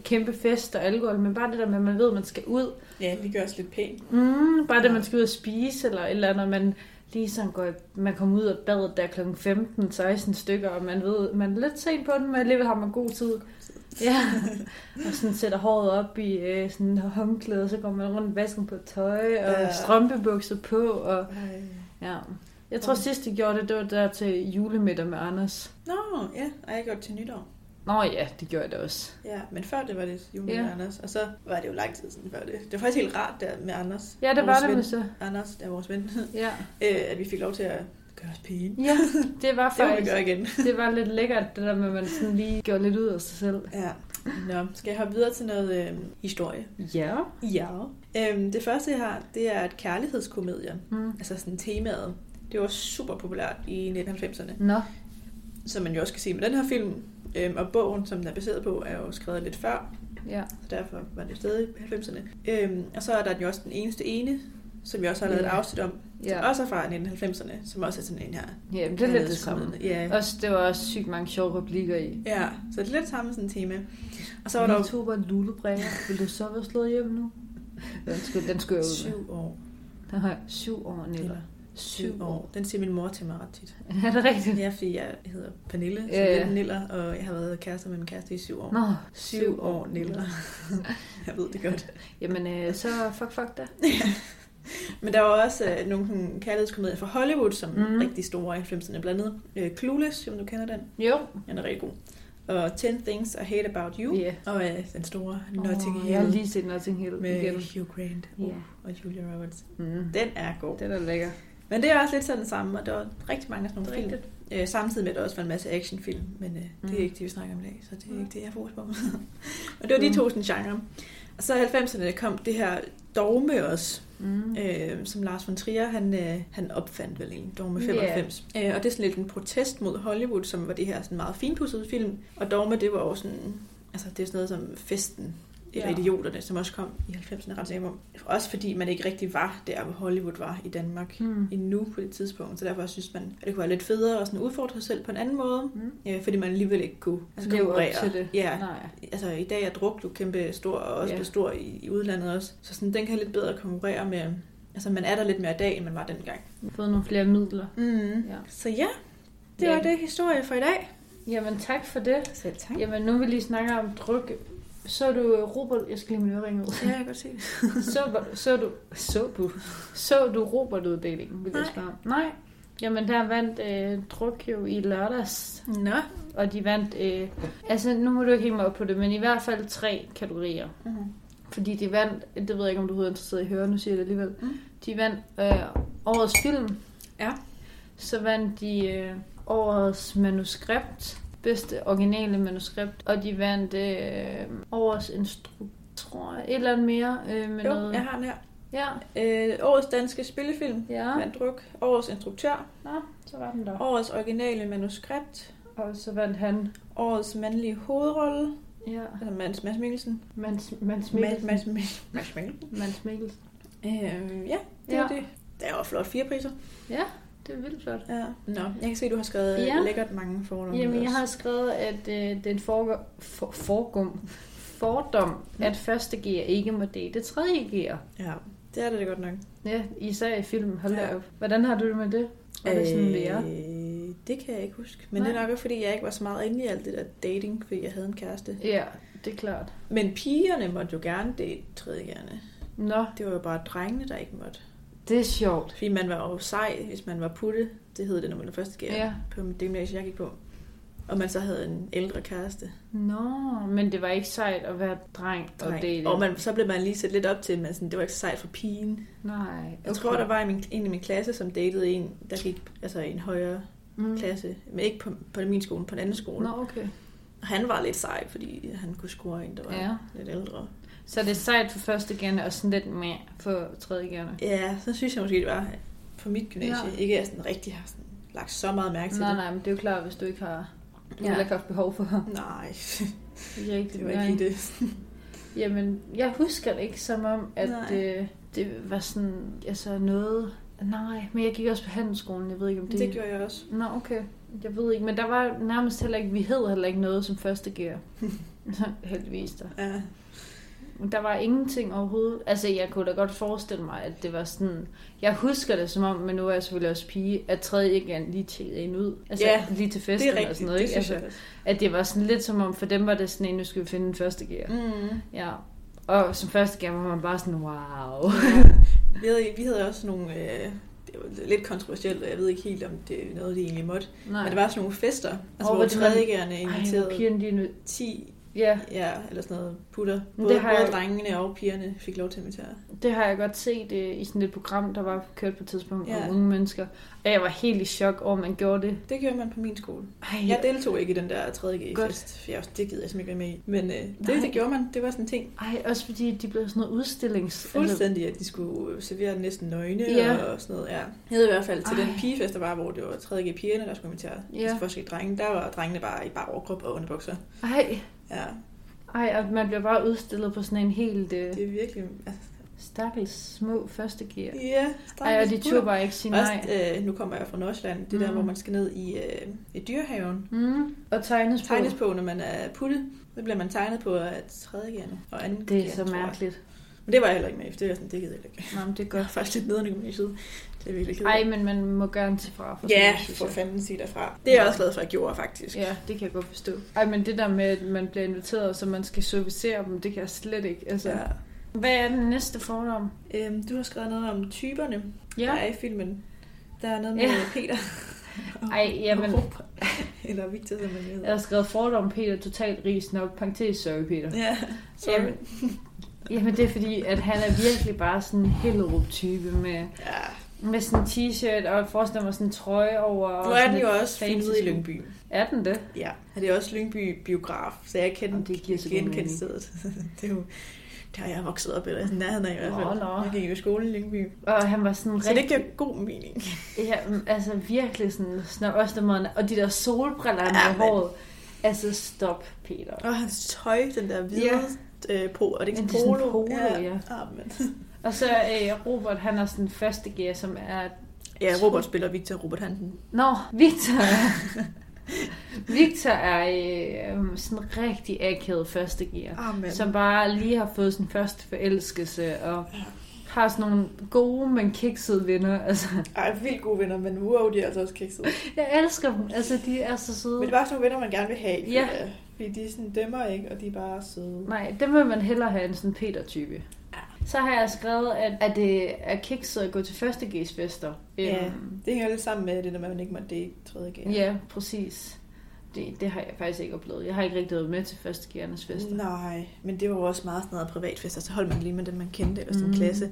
kæmpe fest og alkohol, men bare det der med, at man ved, at man skal ud.
Ja, vi gør os lidt pænt.
Mm, bare det,
Ja.
man skal ud og spise, eller et eller andet, man lige sådan går, i- man kommer ud af badet der kl. 15-16 stykker, og man ved, man er lidt sent på den, men alligevel har man god tid. Ja, og sådan sætter håret op i øh, sådan en håndklæde, og så går man rundt i vasken på tøj, og
Ja.
strømpebukser på, og
Ej.
Ja. Jeg tror sidst, de gjorde det, det var der til julemiddag med Anders.
Nå, ja, og jeg gjorde det til nytår.
Nå ja, det gjorde jeg da også.
Ja, men før det var det Juni
Ja.
ja. og Anders, og så var det jo lang tid siden før det. Det var faktisk helt rart der med Anders.
Ja, det
vores
var det
ven,
med så.
Anders, der er vores ven,
Ja.
øh, at vi fik lov til at gøre os pæne.
ja, det var
Det må vi
faktisk,
gøre igen.
det var lidt lækkert, det der med, at man sådan lige gjorde lidt ud af sig selv.
Ja. Nå, skal jeg hoppe videre til noget øh, historie?
Ja.
Ja. Øhm, det første, jeg har, det er et kærlighedskomedier.
Mm.
Altså sådan temaet. Det var super populært i 1990'erne,
Nå,
som man jo også kan se med den her film. Øhm, og bogen, som den er baseret på, er jo skrevet lidt før.
ja.
Så derfor var det stadig i 90'erne. Øhm, og så er der jo også den eneste ene, som jeg også har lavet et
Ja.
afsnit om, som
Mm. Ja,
også er fra 1990'erne, som også er sådan en her.
ja men det er lidt det samme.
Ja.
Også, det var også sygt mange sjove replikker i.
ja, så det er lidt samme sådan tema. Og så var der
Vi
jo
to var lulebrækker. Vil du så være slået hjem nu? Den skulle, den skulle jeg ud med.
syv år.
Den har jeg syv år, Nilla.
Eller
Syv
syv år. Den siger min mor til mig ret tit.
Er det rigtigt?
Ja, fordi jeg hedder Pernille, som
Ja, ja.
yeah. Niller, og jeg har været kærester med min kæreste i syv år.
Nå,
Syv år, Niller. jeg ved det godt.
Jamen, øh, så fuck fuck da.
Men der var også øh, nogle sådan, kærlighedskomedier fra Hollywood, som
Mhm.
mm. rigtig store i 90'erne, blandt andet øh, Clueless, om du kender den.
Jo.
Den er rigtig god. Og 10 Things I Hate About You.
Ja.
Og øh, den store Notting
Oh,
oh,
jeg har
Hill
lige set Notting Hill
med
igen.
Hugh Grant
Ja.
og Julia Roberts.
Mm.
Den er god.
Den er lækker.
Men det er også lidt sådan det samme, og der var rigtig mange af sådan nogle
Det er
film. Øh, samtidig med, at der også var en masse actionfilm, men øh, det
Mm.
er ikke det, vi snakker om i dag, så det er
Mm.
ikke det, jeg har fokus på. og det var de
Mm.
to sådan genre. Og så i 90'erne kom det her dogme også,
Mm.
øh, som Lars von Trier, han, øh, han opfandt vel egentlig, Dogme
Ja.
95. Øh, og det er sådan lidt en protest mod Hollywood, som var det her sådan meget finpudsede film. Og Dogme, det var jo sådan, altså det er sådan noget som Festen, eller
Ja.
Idioterne, som også kom i 90'erne ret sikker om. Også fordi man ikke rigtig var der, hvor Hollywood var i Danmark
Mm.
endnu på det tidspunkt, så derfor synes man, at det kunne være lidt federe at sådan udfordre sig selv på en anden måde,
Mm.
øh, fordi man alligevel ikke kunne altså,
Leve op
konkurrere.
til det.
Ja,
Nej.
altså i dag er druk jo kæmpe stor, og også
Ja.
yeah. stor i, i udlandet også, så sådan, den kan lidt bedre konkurrere med, altså man er der lidt mere i dag, end man var dengang.
Fået nogle flere midler.
Mm.
Ja.
Så ja, det var
Ja.
det historie for i dag.
Jamen tak for det.
Selv tak. Ja,
Jamen nu vi lige snakker om druk. Så du øh, Robert, jeg skal lige have min ørering ud.
jeg kan godt se det.
Så, så du, så du, så du Robert-uddelingen, vil jeg
Nej.
spørge om. Nej. Jamen der vandt øh, druk jo i lørdags,
Nå.
og de vandt, øh, altså nu må du ikke hænge mig op på det, men i hvert fald tre kategorier.
Mm.
Fordi de vandt, det ved jeg ikke, om du er interesseret i at høre, nu siger jeg det alligevel.
Mm.
De vandt øh, årets film.
Ja.
Så vandt de øh, årets manuskript. Bedste originale manuskript. Og de vandt øh, årets instruktør, tror jeg. Et eller andet mere øh, med
Jo,
noget.
jeg har den her.
Ja.
Øh, årets danske spillefilm,
Ja.
Vand Druk. Årets instruktør.
Nå, så var den der. Og,
Årets originale manuskript.
og så vandt han.
Årets mandlige hovedrolle.
Ja.
Altså Mads, Mads Mikkelsen.
Mads, Mads
Mads,
Mikkelsen.
Mads, Mads, Mads Mikkelsen.
Mads Mikkelsen.
Øh, ja, det
Ja.
ja. var det. Der var flot fire priser.
Det er vildt flot.
Ja. Nå, jeg kan se, at du har skrevet
Ja.
ja. lækkert mange fordomme.
Jamen,
ned
jeg
også.
har skrevet, at øh, den foregår, for, foregum, fordom, at første gear ikke må date tredje gear.
Ja, det er det, det godt nok.
Ja, især i filmen. Hold da
Ja.
op. Hvordan har du det med det? Var det sådan, det er?
Øh, det kan jeg ikke huske. Men
Nej.
Nej. det er nok også, fordi jeg ikke var så meget inde i alt det der dating, fordi jeg havde en kæreste.
Ja, det er klart.
Men pigerne måtte jo gerne date tredje gerne.
Nå,
Det var jo bare drengene, der ikke måtte.
det er sjovt.
Fordi man var jo sej, hvis man var putte. Det hed det, når man var første gear.
Ja.
På det gymnasie, jeg gik på. Og man så havde en ældre kæreste.
Nå, men det var ikke sejt at være dreng, og date.
Nej. Og man, så blev man lige sat lidt op til, men sådan, det var ikke så sejt for pigen.
Nej.
Jeg tror, der var en, i min- en i min klasse, som datede en, der gik altså, i en højere
mm.
klasse. Men ikke på, på min skole, men på en anden skole.
Nå,
No.
okay.
Han var lidt sej, fordi han kunne score en, der var
Ja.
ja. lidt ældre.
Så det er sejt for første gerne, og sådan lidt med for tredje gerne.
Ja, så synes jeg måske, det var på mit gymnasie.
Ja.
Ja. Ikke at jeg sådan rigtig har sådan, lagt så meget mærke til
Nej,
det.
nej, men det er jo klart, hvis du ikke har, du
Ja.
ja. ikke haft behov for det.
Nej,
er rigtigt,
det var
nej.
ikke lige det.
Jamen, jeg husker det ikke som om, at
Nej.
øh, det var sådan, altså noget... Nej, men jeg gik også på handelsskolen, jeg ved ikke om det...
Det, det gjorde jeg også.
Nå, okay. Jeg ved ikke, men der var nærmest heller ikke... Vi hed heller ikke noget som første gear. Heldigvis der.
Ja.
Men der var ingenting overhovedet. Altså, jeg kunne da godt forestille mig, at det var sådan... Jeg husker det som om, men nu er jeg selvfølgelig også pige, at tredje igen lige tjekkede en ud. Altså,
Ja,
lige til
Det er
festen og
rigtigt,
sådan noget,
det
ikke?
synes
Altså,
jeg også.
at det var sådan lidt som om, for dem var det sådan en, nu skal vi finde en første gear.
Mm.
Ja, og som første gang var man bare sådan, wow.
Vi, havde, vi havde også nogle... Øh, det var lidt kontroversielt, og jeg ved ikke helt, om det er noget, de egentlig måtte.
Nej.
Men der var sådan nogle fester, altså,
Og
hvor
hvor de var-
tredjegærerne
Ej, hvor
inviterede
pigerne de er nød.
10,
Ja,
ja, eller sådan noget, putter.
Men
Både,
det
det
har
har
jeg-
både drengene og pigerne fik lov til at invitere.
det har jeg godt set øh, i sådan et program, der var kørt på et tidspunkt ja.
Ja.
om unge mennesker. Og jeg var helt i chok over, at man gjorde det.
Det gjorde man på min skole.
Ej,
Jeg deltog ikke i den der 3.
Godt.
G-fest, for jeg, også- det gider jeg simpelthen ikke være med i. Men øh,
Nej.
det, det gjorde man. Det var sådan en ting.
ej, også fordi de blev sådan noget udstillings...
Fuldstændig, at de skulle øh, servere næsten nøgne
Altså- Ja.
ja. og sådan noget. Ja. Jeg havde i hvert fald til
Ej.
den pigefest, der var, hvor det var 3. G-pigerne, der skulle invitere.
Ja.
Ja. Altså forskellige drenge. Der var drengene bare i bare overkrop og underbukser.
Altså, ej,
Ja,
ej, og man bliver bare udstillet på sådan en helt øh,
det er virkelig... Altså,
stakkels små første gear.
ja,
Ej, og de
stakkels
turde bare ikke sige nej.
Også, øh, nu kommer jeg fra Nordsjælland, det mm. der,
Mm.
hvor man skal ned i, øh, i dyrehaven.
Mm. Og tegnes på.
Tegnes på, når man er putte. Så bliver man tegnet på af tredje gerne og anden
Det er
gerne,
så
tror jeg.
mærkeligt.
Men det var jeg heller ikke med i, for det var sådan, det gider jeg ikke.
Nå, men det er
Jeg er
godt.
faktisk lidt nederne i gymnasiet. Det er virkelig
Ej, men
kedeligt.
man må gerne til fra. For
Ja,
sådan noget, synes
for
jeg.
fanden sig derfra. Det er jeg også glad for, at jeg gjorde, faktisk.
Ja, det kan jeg godt forstå. Ej, men det der med, at man bliver inviteret, så man skal servicere dem, det kan jeg slet ikke. Altså,
Så,
ja. Hvad er den næste fordom?
Øhm, du har skrevet noget om typerne, ja. der
Ja.
er i filmen. Der er noget med
Ja.
ja. Peter.
Ej, jamen,
Robert. Eller Victor, som han
jeg
hedder.
har skrevet fordom, Peter, totalt rig nok, parentes, sorry, Peter.
Ja.
Jamen, jamen, det er fordi, at han er virkelig bare sådan en Hellerup-type med,
ja.
med sådan en t-shirt og forestiller mig sådan en trøje over. og
Nu er
sådan
den jo
et
også
fancy
filmet i
sko.
Lyngby.
Er den det?
Ja, og det er også Lyngby biograf, så jeg kender
Jamen, det giver så god
genkendt
mening.
stedet. det er jo der er jeg vokset op, eller sådan nærheden af i hvert
Nå,
fald.
nå.
Jeg gik jo i skole i Lyngby.
Og han var sådan
Så det giver god mening.
Ja, mm, altså virkelig sådan snørøstermåden, og de der solbriller
Ja,
med
men-
håret. Altså stop, Peter.
Og hans tøj, den der hvide
Ja.
yeah. øh, polo. Er det ikke
Ja,
sådan
det er sådan
polo?
polo, ja.
Ah, men.
Og så øh, Robert, han er sådan første gear, som er...
ja, Robert spiller Victor Robert Hansen.
Nå, Victor Victor er øh, øh, sådan rigtig akavet første gear.
Ah, men.
Som bare lige har fået sin første forelskelse, og har sådan nogle gode, men kiksede venner. Altså,
Ej, vildt gode venner, men wow, de er altså også kiksede.
jeg elsker dem. Altså, de er så søde.
Men det er bare sådan nogle venner, man gerne vil have.
Ja.
Fordi, øh, fordi de sådan dømmer ikke, og de er bare søde.
Nej, dem vil man hellere have en sådan Peter-type. Så har jeg skrevet, at, at det er kikset at gå til første G's fester.
Ja.
Øhm,
Det hænger lidt sammen med det, når man ikke må date tredje gang.
ja, præcis. Det, det har jeg faktisk ikke oplevet. Jeg har ikke rigtig været med til første G'ernes fester.
Nej, men det var jo også meget sådan noget privatfester, så holdt man lige med dem, man kendte, eller sådan mm.
Mm.
klasse.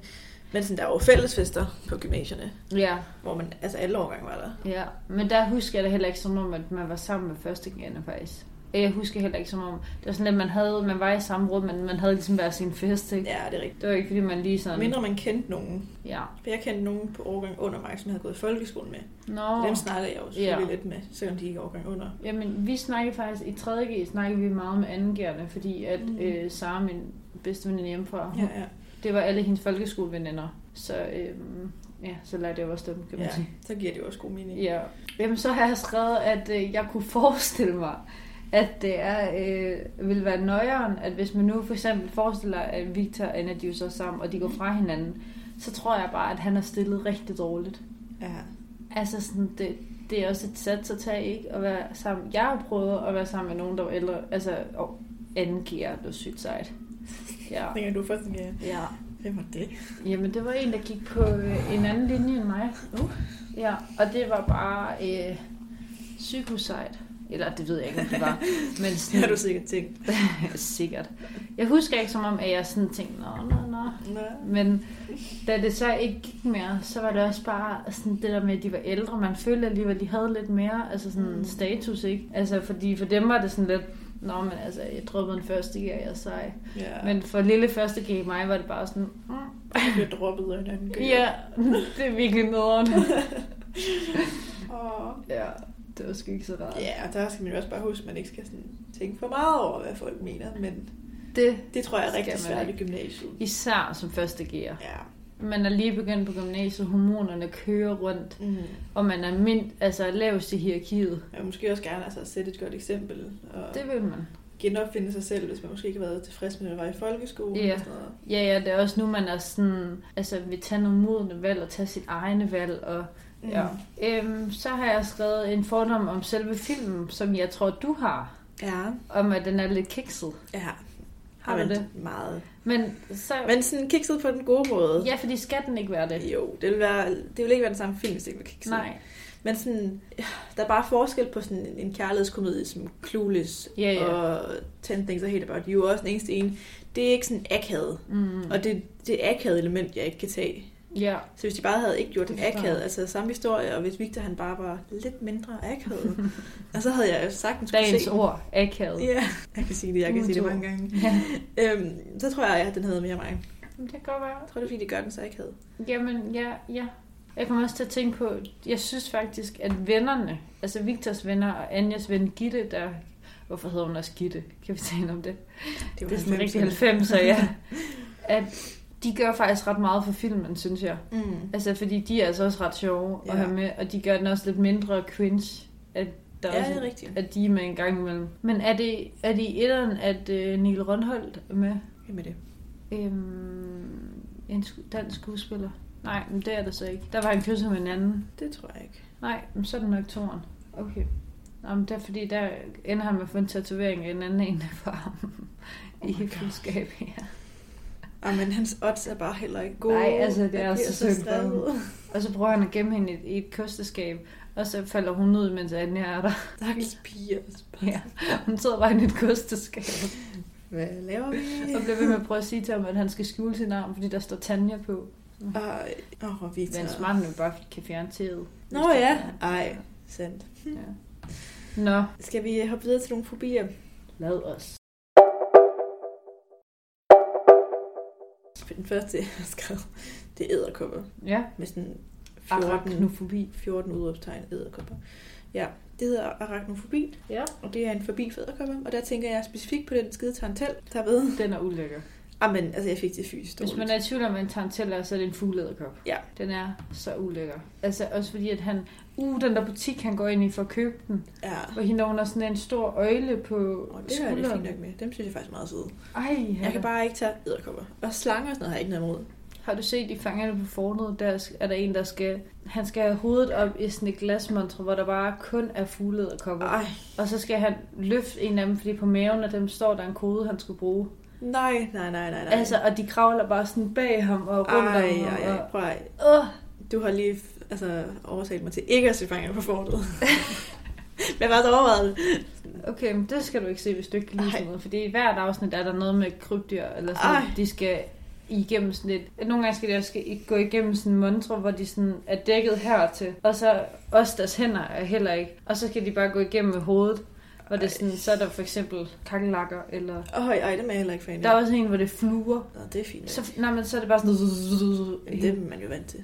Men sådan, der var jo fællesfester på gymnasierne,
Ja,
hvor man, altså alle årgange var der.
ja. Men der husker jeg det heller ikke som om, at man var sammen med første G'erne faktisk. Jeg husker heller ikke som om, det var sådan lidt, man, havde, man var i samme rum, men man havde ligesom hver sin fest, ikke?
Ja, det er rigtigt.
Det var ikke, fordi man lige sådan...
Mindre man kendte nogen.
Ja.
For jeg kendte nogen på årgang under mig, som havde gået i folkeskolen med.
Nå.
Oh. Dem snakkede jeg jo selvfølgelig
Ja.
lidt med, selvom de ikke er årgang under.
Jamen, vi snakkede faktisk, i 3.G snakkede vi meget med andengærende, fordi at
Mm.
mm. øh, Sara, min bedste veninde hjemmefra, ja.
Ja, ja.
det var alle hendes folkeskoleveninder. Så øh, ja, så lærte jeg jo også dem, kan man
ja.
ja. sige.
Så giver det jo også god mening.
Ja. Jamen, så har jeg skrevet, at øh, jeg kunne forestille mig, at det er, øh, ville være nøjeren, at hvis man nu for eksempel forestiller, at Victor og Anna, de er jo så sammen, og de går fra hinanden, så tror jeg bare, at han er stillet rigtig dårligt.
ja.
Altså sådan, det, det er også et sats at tage, ikke? At være sammen. Jeg har prøvet at være sammen med nogen, der var ældre. Altså, og anden gear, det var sygt sejt. Ja.
Jeg tænker, du er først en gang.
ja.
Hvem var det?
Jamen, det var en, der gik på øh, en anden linje end mig.
Uh.
Ja, og det var bare øh, psykosejt. Eller det ved jeg ikke, om det var. Men
Det har
sådan,
du sikkert tænkt.
sikkert. Jeg husker ikke som om, at jeg sådan tænkte, nå, nå, nå.
Nå.
Men da det så ikke gik mere, så var det også bare sådan det der med, at de var ældre. Man følte alligevel, at de havde lidt mere altså sådan
Mm.
mm. status, ikke? Altså, fordi for dem var det sådan lidt, Nå, men altså, jeg droppede en første gear, jeg er sej.
Ja.
Ja. Men for lille første gear i mig, var det bare sådan, mm,
jeg blev droppet af en anden gør.
ja, det er virkelig noget.
Åh.
ja, det var sgu ikke så rart.
Ja, og der skal man jo også bare huske, at man ikke skal sådan tænke for meget over, hvad folk mener, men
Det,
det tror jeg er
Skal
rigtig
man
svært i
ikke.
gymnasiet.
især som første gear.
Ja.
Man er lige begyndt på gymnasiet, hormonerne kører rundt,
Mm.
og man er mind, altså lavest i hierarkiet.
Man vil måske også gerne altså, sætte et godt eksempel og
Det vil man.
genopfinde sig selv, hvis man måske ikke har været tilfreds med, at man var i folkeskolen
Ja.
og sådan noget.
Ja, ja, det er også nu, man er sådan, altså vil tage nogle modne valg og tage sit egne valg. Og,
Mm.
ja. øhm, så har jeg skrevet en fordom om selve filmen, som jeg tror, du har,
ja.
om at den er lidt kikset.
Ja.
Har du
Men
det?
Meget.
Men så...
Men sådan kikset på den gode måde.
ja, fordi skal den ikke være det?
Jo, det vil, være, det vil ikke være den samme film, hvis det ikke var kikset.
Nej.
Men sådan, der er bare forskel på sådan en- en kærlighedskomedie som Clueless
Ja, ja.
og Ten Things I Hate About You, og også den eneste ene. Det er ikke sådan akavet,
Mm,
og det, det er akavet element, jeg ikke kan tage.
ja,
Så hvis de bare havde ikke gjort den
Det forstår
akavet,
jeg.
altså samme historie, og hvis Victor han bare var lidt mindre akavet, og så havde jeg jo sagtens kunne
dagens
se.
ord, akavet.
Ja, jeg kan sige det, jeg kan
Ugens
sige det
ord.
mange gange.
Ja.
Øhm, så tror jeg, at den havde mere mig.
det kan godt være.
Jeg tror, det er fordi, de gør den så akavet.
Jamen, ja, ja. Jeg kommer også til at tænke på, jeg synes faktisk, at vennerne, altså Victors venner og Anjas ven Gitte, der... Hvorfor hedder hun også Gitte? Kan vi tale om det?
var
Det er sådan
90'erne.
rigtig 90'er, ja. At de gør faktisk ret meget for filmen, synes jeg.
Mm.
Altså, fordi de er altså også ret sjove
Ja.
at have med, og de gør den også lidt mindre cringe, at, der
Ja,
også,
det er rigtigt.
at de er med en gang imellem. Men er det, er det i etteren, at øh, Niel Rundholdt er med?
Hvem er det?
Øhm, en sku- dansk skuespiller? Nej, men det er det så ikke. Der var en kysset med en anden.
Det tror jeg ikke.
Nej, men så er det nok toren. Okay. Nå, men det er fordi, der ender han med at få en tatovering af en anden en for ham.
Oh
I
my
et fuldskab, ja.
Og men hans odds er bare heller ikke gode.
Nej, altså, det er
Jeg
også
bliver
så synd for
stresset.
Og så prøver han at gemme hende i et, i et kosteskab, og så falder hun ud, mens Anja er der.
Stakkels piger. altså bare,
Ja. Hun sidder bare inde i et kosteskab,
Hvad laver vi?
og bliver ved med at prøve at sige til ham, at han skal skjule sin arm, fordi der står Tanja på.
Ej, åh, oh, vi
Men smart, nu bare kan fjerne tæet. hvis
Nå
der
ja,
er-
ej, sandt.
Ja. Nå,
Skal vi hoppe videre til nogle fobier?
lad os.
Den første, jeg har skrevet, det er æderkopper.
Ja,
Med sådan 14,
arachnofobi.
14 udråbstegn æderkopper. Ja, det hedder arachnofobi,
Ja.
og det er en fobi for æderkopper. Og der tænker jeg specifikt på den skide tarantel, der ved.
Den er ulækker.
Ah, men altså, jeg fik det fysisk
Hvis
dårligt.
man er i tvivl om, hvad en tarantella er, så er det en fuglederkop.
Ja.
Den er så ulækker. Altså også fordi, at han... Uh, den der butik, han går ind i for at købe den.
Ja.
Hvor hende hun har sådan en stor øjle på
Og det er det
skulderen.
fint nok med. Dem synes jeg faktisk er meget søde.
Ej, han
Jeg kan
er-
bare ikke tage æderkopper. Og slanger og sådan noget har jeg ikke noget imod.
Har du set i fangerne på fornet, der er der en, der skal... Han skal have hovedet op i sådan et glasmontre, hvor der bare kun er fuglederkopper.
Ej,
Og så skal han løfte en af dem, fordi på maven af dem står der en kode, han skal bruge.
nej, nej, nej, nej. nej.
Altså, og de kravler bare sådan bag ham og rundt
ej,
om ham.
ej,
Og...
ej, prøv at,
Åh,
Du har lige altså, overtalt mig til ikke at se fanger på fortet. Men jeg var så overvejet det.
Okay, men det skal du ikke se, hvis du ikke kan lide
Ej.
sådan noget. Fordi i hvert afsnit er der noget med krybdyr, eller sådan
Ej.
noget. De skal igennem sådan et... Nogle gange skal de også skal gå igennem sådan en montre, hvor de sådan er dækket hertil. Og så også deres hænder er heller ikke. Og så skal de bare gå igennem med hovedet. Hvor det er sådan,
Ej.
så er der for eksempel kakelakker, eller...
Øj, øj, dem er jeg heller ikke fan
Der er
af.
også en, hvor det er fluer.
Nå, det er fint. Så...
Så, nej, men så er det bare sådan...
Dem er man jo vant til.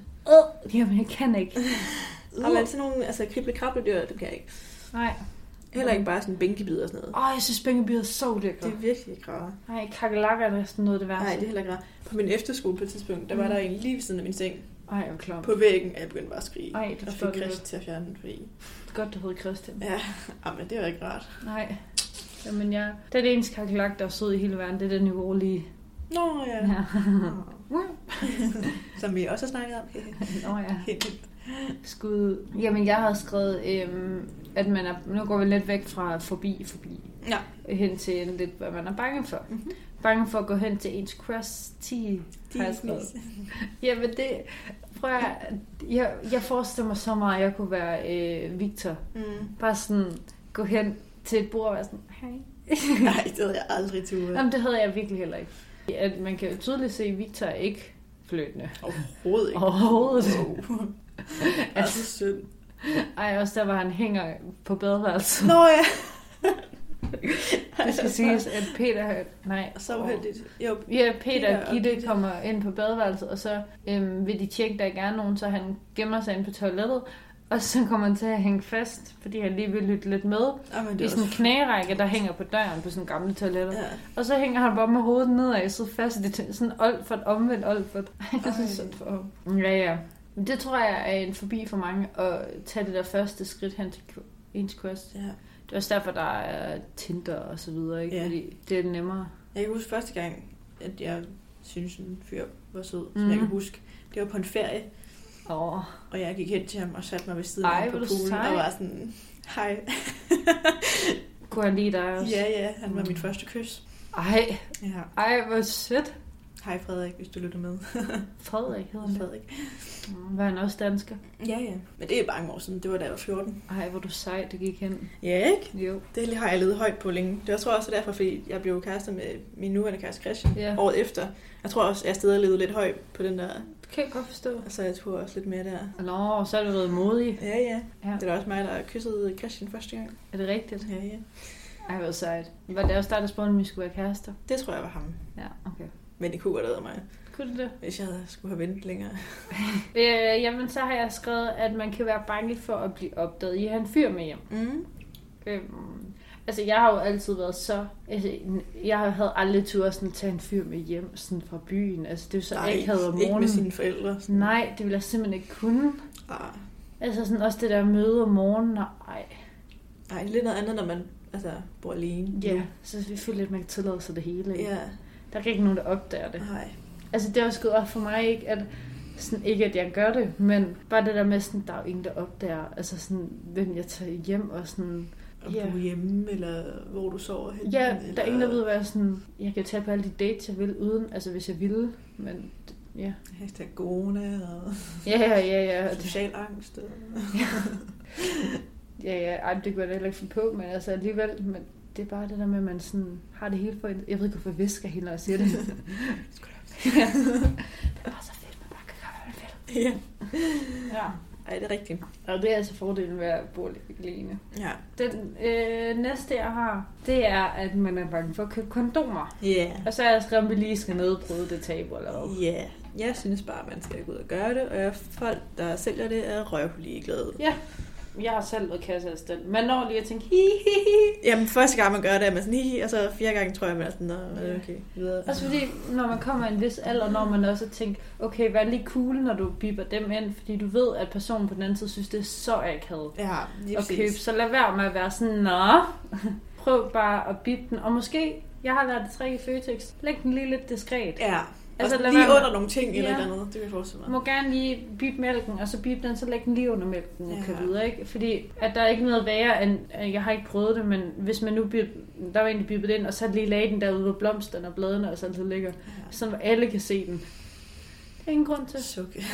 Øh, Jamen, jeg kan ikke. Uh.
Har man sådan nogle altså, krible krabledyr, dem kan jeg ikke.
Nej.
Heller ikke bare sådan bænkebider og sådan noget.
Åh, jeg synes, bænkebier er så
Det
lækre.
er virkelig graver.
Nej, kakelakker er sådan noget, af det værste.
Nej, det er heller ikke graver. På min efterskole på et tidspunkt, der var
Mm.
der en lige ved siden af min seng
Ej, hvor klamt.
på væggen, og jeg begyndte bare at skrige.
Ej, det
og
forstår
fik
jeg
Christian til at fjerne den, fordi...
Godt, du hed Christian.
Ja, jamen, det var ikke rart.
Nej. Jamen, jeg... Det er det eneste kakelak, der er sød i hele verden. Det er den urolige.
Nå ja.
Ja.
Som vi også har snakket om.
Nå ja. Skud. Jamen, jeg har skrevet, øhm, at man er... Nu går vi lidt væk fra forbi, forbi.
Ja.
Hen til lidt, hvad man er bange for.
Mhm.
Bange for at gå hen til ens crush tea.
De
Har jeg skrevet. Jamen, det... Prøv at, jeg, jeg forestiller mig så meget, at jeg kunne være øh, Victor.
Mm.
Bare sådan gå hen til et bord og være sådan, hej.
Nej, det havde jeg aldrig turet.
Jamen, det havde jeg virkelig heller ikke. At man kan jo tydeligt se, at Victor er ikke fløtende.
Overhovedet ikke.
Overhovedet.
Wow. Altså synd.
Ej, også der, hvor han hænger på badeværelset.
Nå ja.
Det skal siges, at Peter... Nej.
altså. Så uheldigt. Jo,
Ja, Peter
Peter
og
og
Gitte
Gitte.
kommer ind på badeværelset, og så øhm, vil de tjekke, at der ikke er nogen, så han gemmer sig ind på toilettet. Og så kommer han til at hænge fast, fordi han lige vil lytte lidt med.
oh, men det
I
er
sådan en
også...
knærække, der hænger på døren på sådan gamle toiletter.
Ja.
Og så hænger han bare med hovedet nedad, så fast i det tø- sådan Olfert, omvendt Olfert. Jeg synes
Ej.
sådan for ham. Ja, ja. Men det tror jeg er en forbi for mange, at tage det der første skridt hen til k- ens quest.
ja.
Det er også derfor, der er Tinder og så videre, ikke?
Ja.
Ja. Fordi det er nemmere.
Jeg kan huske første gang, at jeg synes, en fyr var sød, mm.
Mhm.
som jeg kan huske. Det var på en ferie,
Åh,
og jeg gik hen til ham og satte mig ved siden
Ej,
af ham på
hvor er du
poolen
sej.
og var sådan, hej.
kunne han lide dig også? Mm.
ja, ja, han var mit første kys.
Ej,
Ja.
ej, hvor sødt.
Hej Frederik, hvis du lytter med.
Frederik hedder han.
Frederik.
Mm, Var han også dansker?
Ja, ja. Men det er mange år siden. Det var da jeg var 14.
Ej, hvor du sej, det gik hen.
Ja, ikke?
Jo.
Det har jeg levet højt på længe. Det var, tror jeg også derfor, fordi jeg blev kærester med min nuværende kæreste Christian
Ja.
året efter. Jeg tror også, jeg stadig har levet lidt højt på den der,
Det kan jeg godt forstå.
og så jeg tror også lidt mere der.
Nå, så er du blevet modig.
Ja, ja.
Ja.
Det er da også mig, der kyssede Christian første gang.
Er det rigtigt?
Ja, ja.
Ej, hvor sejt. Var det også dig, der spurgte, om vi skulle være kærester?
Det tror jeg var ham.
Ja, okay.
Men det kunne godt have været mig,
Kunne du det?
hvis jeg havde skulle have ventet længere.
Øh, jamen, så har jeg skrevet, at man kan være bange for at blive opdaget i at have en fyr med hjem.
Mm.
Øhm, altså, jeg har jo altid været så... Altså, jeg havde aldrig tur sådan tage en fyr med hjem sådan fra byen. Altså, det er jo så
Nej,
ikke havde om
ikke med
morgenen.
sine forældre. Sådan.
Nej, det ville jeg simpelthen ikke kunne.
Ah.
Altså, sådan også det der møde om morgenen, og ej.
Ej, det er lidt noget andet, når man altså, bor alene.
Ja, så vi føler lidt, man kan tillade sig det hele. ikke?
Ja.
Der er ikke nogen, der opdager det.
Nej.
Altså det er også gået op for mig, ikke? At, sådan, ikke at jeg gør det, men bare det der med, sådan, der er jo ingen, der opdager, altså sådan, hvem jeg tager hjem, og sådan,
om
Ja.
yeah. du er hjemme, eller hvor du sover henne.
Ja, der
eller...
er ingen, der ved, hvad jeg sådan... Jeg kan tage på alle de dates, jeg vil, uden... Altså, hvis jeg ville, men... d- Ja,
Hashtag corona og
ja, ja, ja. ja. og det-
social angst. Og...
Ja, ja, ej, det kunne jeg da heller ikke finde på, men altså alligevel, men det er bare det der med, at man sådan har det hele for en. Jeg ved ikke, hvorfor jeg visker hende, når jeg siger det. Ja. det er bare så fedt, man bare kan gøre, hvad man vil.
ja.
Ja.
Ej, det er rigtigt.
Og det er altså fordelen ved at bo lidt alene.
Ja.
Den øh, næste, jeg har, det er, at man er bange for at købe kondomer.
Ja.
Og så er jeg skrevet, om vi lige skal nedbryde det tabu eller hvad.
Ja. Jeg synes bare, man skal gå ud og gøre det, og folk, der sælger det, er røvligeglade.
Jeg har selv været kasseassistent. Man når lige at tænke, hi, hi, hi.
Jamen, første gang man gør det, er man sådan, hi, hi, og så fjerde gang tror jeg, man er sådan, "Nå, okay, videre.
Også fordi, når man kommer i en vis alder, når man også tænker, okay, vær lige cool, når du biber dem ind, fordi du ved, at personen på den anden side synes, det er så akavet
Ja, lige
at købe.
præcis.
Så lad være med at være sådan, nå, prøv bare at bippe den. Og måske, jeg har lært det trick i Føtex, læg den lige lidt diskret.
Ja.
Altså,
Altså,
lad
lige
være med-
under nogle ting eller
Ja.
et eller andet, det kan jeg forestille mig.
må gerne lige bippe mælken, og så bippe den, så læg den lige under mælken og
Ja.
køre videre, ikke? Fordi at der er ikke noget værre end, at jeg har ikke prøvet det, men hvis man nu bip, der var egentlig bippet ind, og så lige lagde den derude, hvor blomsterne og bladene og sådan altid ligger,
Ja.
så alle kan se den. Det er ingen grund til.
Sukke.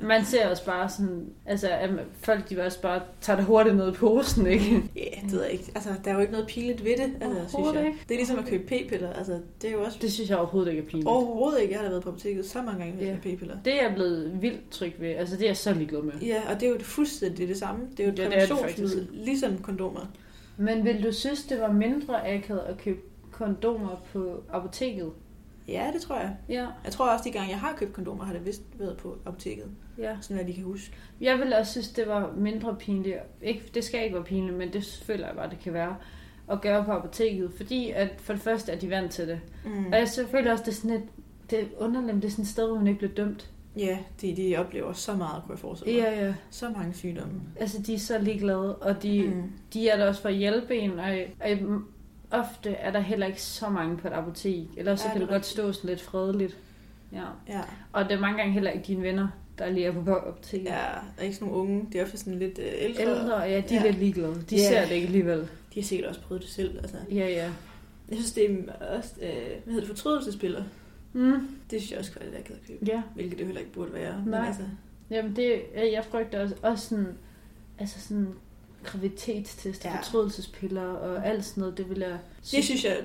Man ser også bare sådan, altså at man- folk de også bare tager det hurtigt ned i posen, ikke?
Ja, det ved jeg ikke. Altså, der er jo ikke noget piligt ved det, altså, synes
Overhovedet
jeg.
ikke.
Det er ligesom at købe p-piller. Altså, det er jo også
Det synes jeg overhovedet ikke er pinligt.
overhovedet ikke. Jeg har da været på apoteket så mange gange,
Ja.
med p-piller.
Det er jeg blevet vildt tryg ved, altså det er jeg så ligeglad med.
Ja, og det er jo et fuldstændig det samme. Det er jo et
Ja,
ja,
det er det
præventionsmiddel, ligesom kondomer.
Men vil du synes, det var mindre akavet at købe kondomer på apoteket?
Ja, det tror jeg.
Ja,
Jeg tror også, de gange, jeg har købt kondomer, har det vist været på apoteket.
ja.
Sådan, hvad jeg lige kan huske.
Jeg ville også synes, det var mindre pinligt. Ikke, det skal ikke være pinligt, men det føler jeg bare, det kan være at gøre på apoteket. Fordi at for det første er de vant til det.
Mm.
Og jeg så føler også, det er sådan et det er underlemt. Det er sådan et sted, hvor man ikke bliver dømt.
Ja, de, de oplever så meget, kunne jeg forestille mig.
ja.
Så mange sygdomme.
Altså, de er så ligeglade, og de, mm. de er der også for at hjælpe en. Og, og ofte er der heller ikke så mange på et apotek. Ellers så
Ja,
kan det
det er
godt
rigtigt.
stå sådan lidt fredeligt. Ja.
Ja.
Og det er mange gange heller ikke dine venner, der lige er på apoteket.
ja, og ikke sådan nogle unge. Det er ofte sådan lidt øh, ældre.
Ældre, ja, de er
Ja.
lidt ligeglade. De
Ja.
ser det ikke alligevel.
De har sikkert også prøvet det selv. Altså.
Ja, ja.
Jeg synes, det er også, øh, hvad hedder det, fortrydelsespiller.
Mm.
Det synes jeg også godt, at jeg kan købe.
Ja,
Hvilket det heller ikke burde være.
Nej.
Men altså,
jamen det, øh, jeg frygter også, også sådan, altså sådan gravitetstest, ja.
Ja.
fortrydelsespiller og alt sådan noget, det vil jeg...
det synes jeg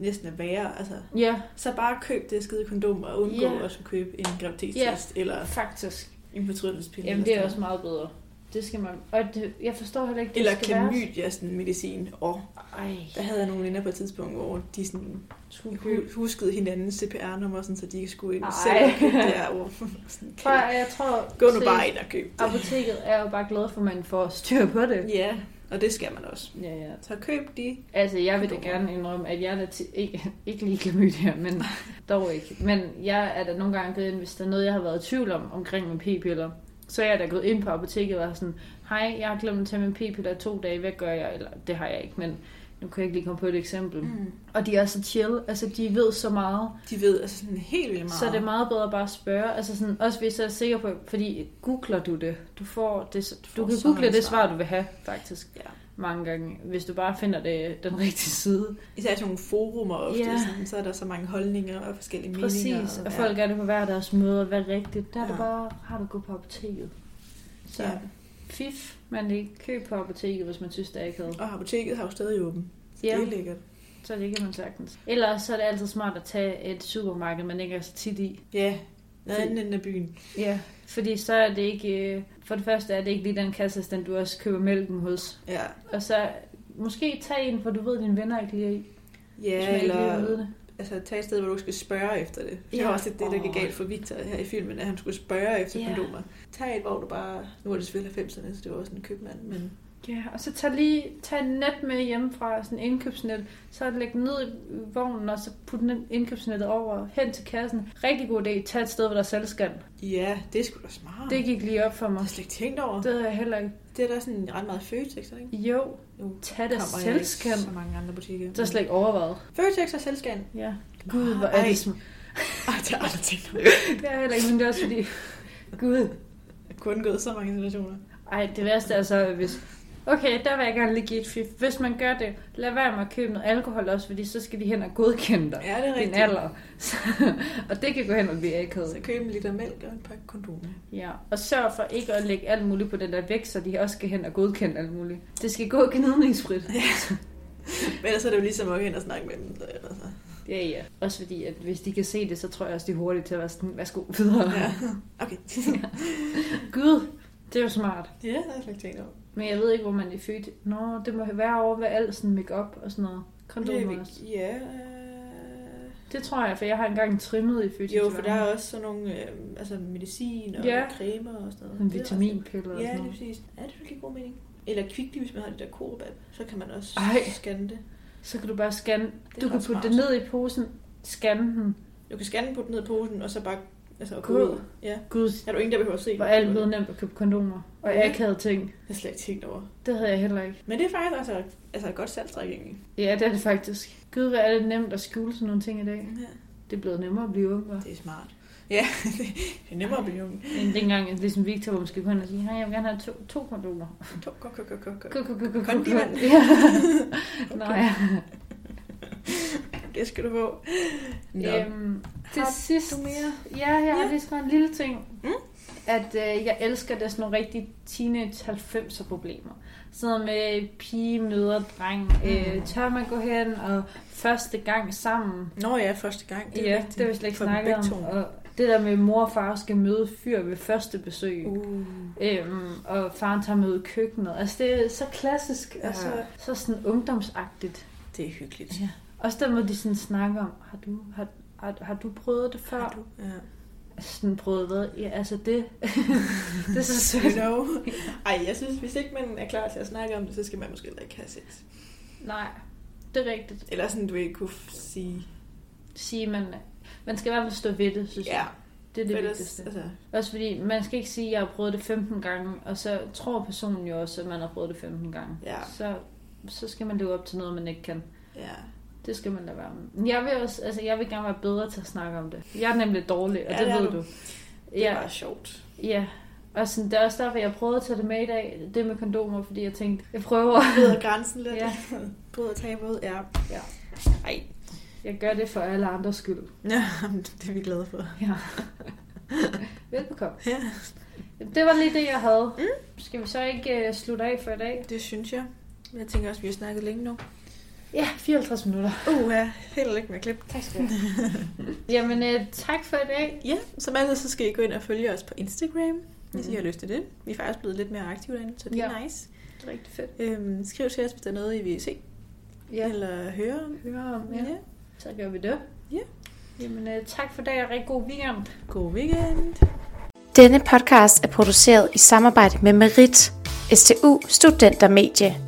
næsten er værre. Altså,
Ja,
så bare køb det skide kondom og undgå
Ja.
yeah. at skulle købe en graviditetstest yeah. eller
faktisk.
en fortrydelsespille.
Jamen
eller
det er også
sådan
meget bedre. Det skal man... Og det, jeg forstår heller ikke,
noget.
det
Eller
skal være...
klamydia, sådan medicin. Og
Ej,
der havde jeg nogle venner på et tidspunkt, hvor de sådan hu- huskede hinandens CPR-nummer, sådan, så de ikke skulle ind
Ej.
selv og købe det her. Hvor, sådan,
Prøv, at- jeg tror...
Gå nu
se,
bare ind og køb det.
Apoteket er jo bare glad for, at man får styr på det.
Ja, og det skal man også.
Ja, ja.
Så køb de.
Altså, jeg vil da
Kondomer.
gerne indrømme, at jeg er da ti- ikke, ikke lige klamydia, men dog ikke. Men jeg er da nogle gange gået ind, hvis der er noget, jeg har været i tvivl om omkring min p-piller. Så er jeg da gået ind på apoteket og været sådan, hej, jeg har glemt at tage min p-piller i to dage, hvad gør jeg? Eller, det har jeg ikke, men nu kan jeg ikke lige komme på et eksempel. Mm.
Mm.
Og de er så chill, altså de ved så meget,
De ved altså sådan helt vildt meget.
så er det meget bedre bare at spørge. Altså sådan, også hvis jeg er sikker på, fordi googler du det, du, får det, du,
får
kan
så
google
mange
det
svar.
svar, du vil have, faktisk.
Ja.
Mange gange, hvis du bare finder det, den rigtige side.
Især sådan nogle forumer ofte,
Ja.
yeah. sådan, så er der så mange holdninger og forskellige meninger.
Præcis, og folk er det på hver deres møder, hvad er rigtigt. Der er ja. det
Ja.
bare rart at gå på apoteket. Så ja.
Ja.
fif, man ikke køb på apoteket, hvis man synes, det er akavet.
Og apoteket har jo stadig åben. Så
Ja.
det er lækkert.
Så det kan man sagtens. Ellers så er det altid smart at tage et supermarked, man ikke er så tit i.
Ja, noget andet end af byen.
Ja. Fordi så er det ikke, øh, for det første er det ikke lige den kasseassistent, du også køber mælken hos.
Ja,
Og så måske tag en, hvor du ved, at dine venner ikke lige er i. hvis man
ja
ikke lige har
eller
ved det.
altså, tag et sted, hvor du ikke skal spørge efter det. Det
Ja.
var også lidt det, der gik
Åh.
galt for Victor her i filmen, at han skulle spørge efter
Ja.
yeah. kondomer. Tag et, hvor du bare... Nu er det selvfølgelig 90'erne, så det var også en købmand, men...
Ja, og så tag lige tag en net med hjemmefra, sådan en indkøbsnet, så læg den ned i vognen, og så put den indkøbsnettet over hen til kassen. Rigtig god idé, tag et sted, hvor der er selvscan.
Ja, det er sgu da smart.
Det
Det
gik lige op for
har
mig.
jeg slet ikke tænkt over.
Det havde jeg heller ikke.
Det er da sådan ret meget Føtex, er det ikke?
Jo,
Nu
tag det
kommer jeg ikke
selvscan.
så mange andre butikker.
Det er slet ikke overvejet.
Føtex og selvscan.
Ja. Gud, hvor er
Ej.
det sm-
Ej, det har jeg aldrig tænkt over.
Det er heller ikke, men det er også fordi... Gud.
Jeg kunne undgået så mange situationer.
Ej, det værste er så, hvis... Okay, der vil jeg gerne lige give et fif. Hvis man gør det, lad være med at købe noget alkohol også, fordi så skal de hen og godkende dig.
Ja, det
din
er rigtigt.
alder. Så, og det kan gå hen og blive
Så
akavet.
køb en liter mælk og en pakke kondomer.
Ja. Og sørg for ikke at lægge alt muligt på den der vægt, så de også skal hen og godkende alt muligt. Det skal gå gnidningsfrit.
Men ellers er det jo ligesom at gå hen og snakke med dem. Altså.
Ja, ja. Også fordi, at hvis de kan se det, så tror jeg også, de er hurtigt til at være sådan, værsgo videre.
Ja. Okay.
Gud, det er jo smart.
ja, det har jeg faktisk tænkt over.
Men jeg ved ikke, hvor man er født. Nå, det må være over ved alt sådan make-up og sådan noget.
Ja,
Kondomer også.
vi- Ja. øh,
Det tror jeg, for jeg har engang trimmet i fødselsdagen.
Jo, for der er også sådan nogle øh, altså medicin og
Ja.
cremer og sådan noget.
Sådan
Det er
vitaminpiller
også-
og
Ja,
sådan
lige
noget.
præcis. Ja, det er virkelig god mening. Eller kvickly, hvis man har det der korobab, så kan man også
Ej.
scanne det.
Så kan du bare scanne.
Det
Du
er
kan
ret
putte
smart.
det ned i posen, scanne den.
Du kan scanne på den ned i posen, og så bare altså, og gå
Gud.
ud. Ja.
Gud,
Er du ingen, der behøver at se?
hvor alt blevet nemt at købe kondomer. Og
Ja.
akavede ting.
Det er slet ikke tænkt over.
Det havde jeg heller ikke.
Men det er faktisk altså, altså et godt salgstræk egentlig.
Ja, det er det faktisk. Gud, hvor er det nemt at skjule sådan nogle ting i dag.
Ja.
Det er blevet nemmere at blive ung, hva'?
Det er smart. Ja, det er nemmere at blive ung.
End dengang, ligesom Victor, hvor man skulle gå hen og sige, hej, jeg vil gerne have to, to kondomer.
Kom, kom, kom, kom, kom, kom.
Gå, gå, gå, gå, gå, gå.
Kondimand.
Ja. Nå ja.
Det skal du få. Øhm,
Øhm, til
Har
sidst,
du mere?
ja, jeg har
Ja.
lige skrevet en lille ting,
Mm.
at øh, jeg elsker det er sådan nogle rigtig teenage 90'er problemer. Sådan noget med pige møder dreng,
Mm.
øh, tør man gå hen, og første gang sammen.
Nå ja, første gang.
Det ja, rigtigt. det har vi slet ikke
For
snakket
begge
om.
to.
Og det der med, at mor og far skal møde fyr ved første besøg.
Uh.
Øhm, og faren tager med i køkkenet. Altså, det er så klassisk,
Ja.
og så, så sådan ungdomsagtigt.
Det er hyggeligt.
Ja. Også der, hvor de sådan snakker om, har du, har, har, har du prøvet det før?
Har du? Ja.
Sådan prøvet hvad? Ja, altså det. det er så
You
sødt.
know. Ej, jeg synes, hvis ikke man er klar til at snakke om det, så skal man måske heller ikke have sex.
Nej, det er rigtigt.
Eller sådan, du ikke kunne f- sige.
Sige, man, man skal i hvert fald stå ved det, synes
Ja,
jeg. Det er det
for ellers,
vigtigste.
altså,
Også fordi, man skal ikke sige, at jeg har prøvet det 15 gange, og så tror personen jo også, at man har prøvet det 15 gange.
Ja.
Så, så skal man leve op til noget, man ikke kan.
ja.
Det skal man lade være med. Men Jeg vil, også, altså, jeg vil gerne være bedre til at snakke om det. Jeg er nemlig dårlig, og
Ja,
det,
det er
ved
du.
du.
Det er bare sjovt.
Ja, og sådan, det er også derfor, jeg prøvede at tage det med i dag, det med kondomer, fordi jeg tænkte, jeg prøver.
Bryder grænsen lidt.
Ja.
Bryder tabuet, ja.
Ja.
Ej.
Jeg gør det for alle andres skyld.
Ja, det er vi glade for.
Ja. Velbekomme.
Ja.
Jamen, Det var lige det, jeg havde. Mm. Skal vi så ikke uh, slutte af for i dag?
Det synes jeg. Men jeg tænker også, at vi har snakket længe nu.
Ja, 54 minutter.
Uh, ja. Held og lykke med at klippe.
Tak skal du have. Jamen, uh, tak for i dag.
Ja, som altid, så skal I gå ind og følge os på Instagram, hvis mm. I
Mhm.
har lyst til det. Vi er faktisk blevet lidt mere aktive derinde, så det er
Ja.
nice.
Det er rigtig fedt.
Øhm, skriv til os, hvis der er noget, I vil se
Ja,
eller høre om.
høre om ja.
Ja.
Så gør vi det.
Ja.
Jamen, uh, tak for i dag og rigtig god weekend.
God weekend!
Denne podcast er produceret i samarbejde med Merit, STU Studentermedie.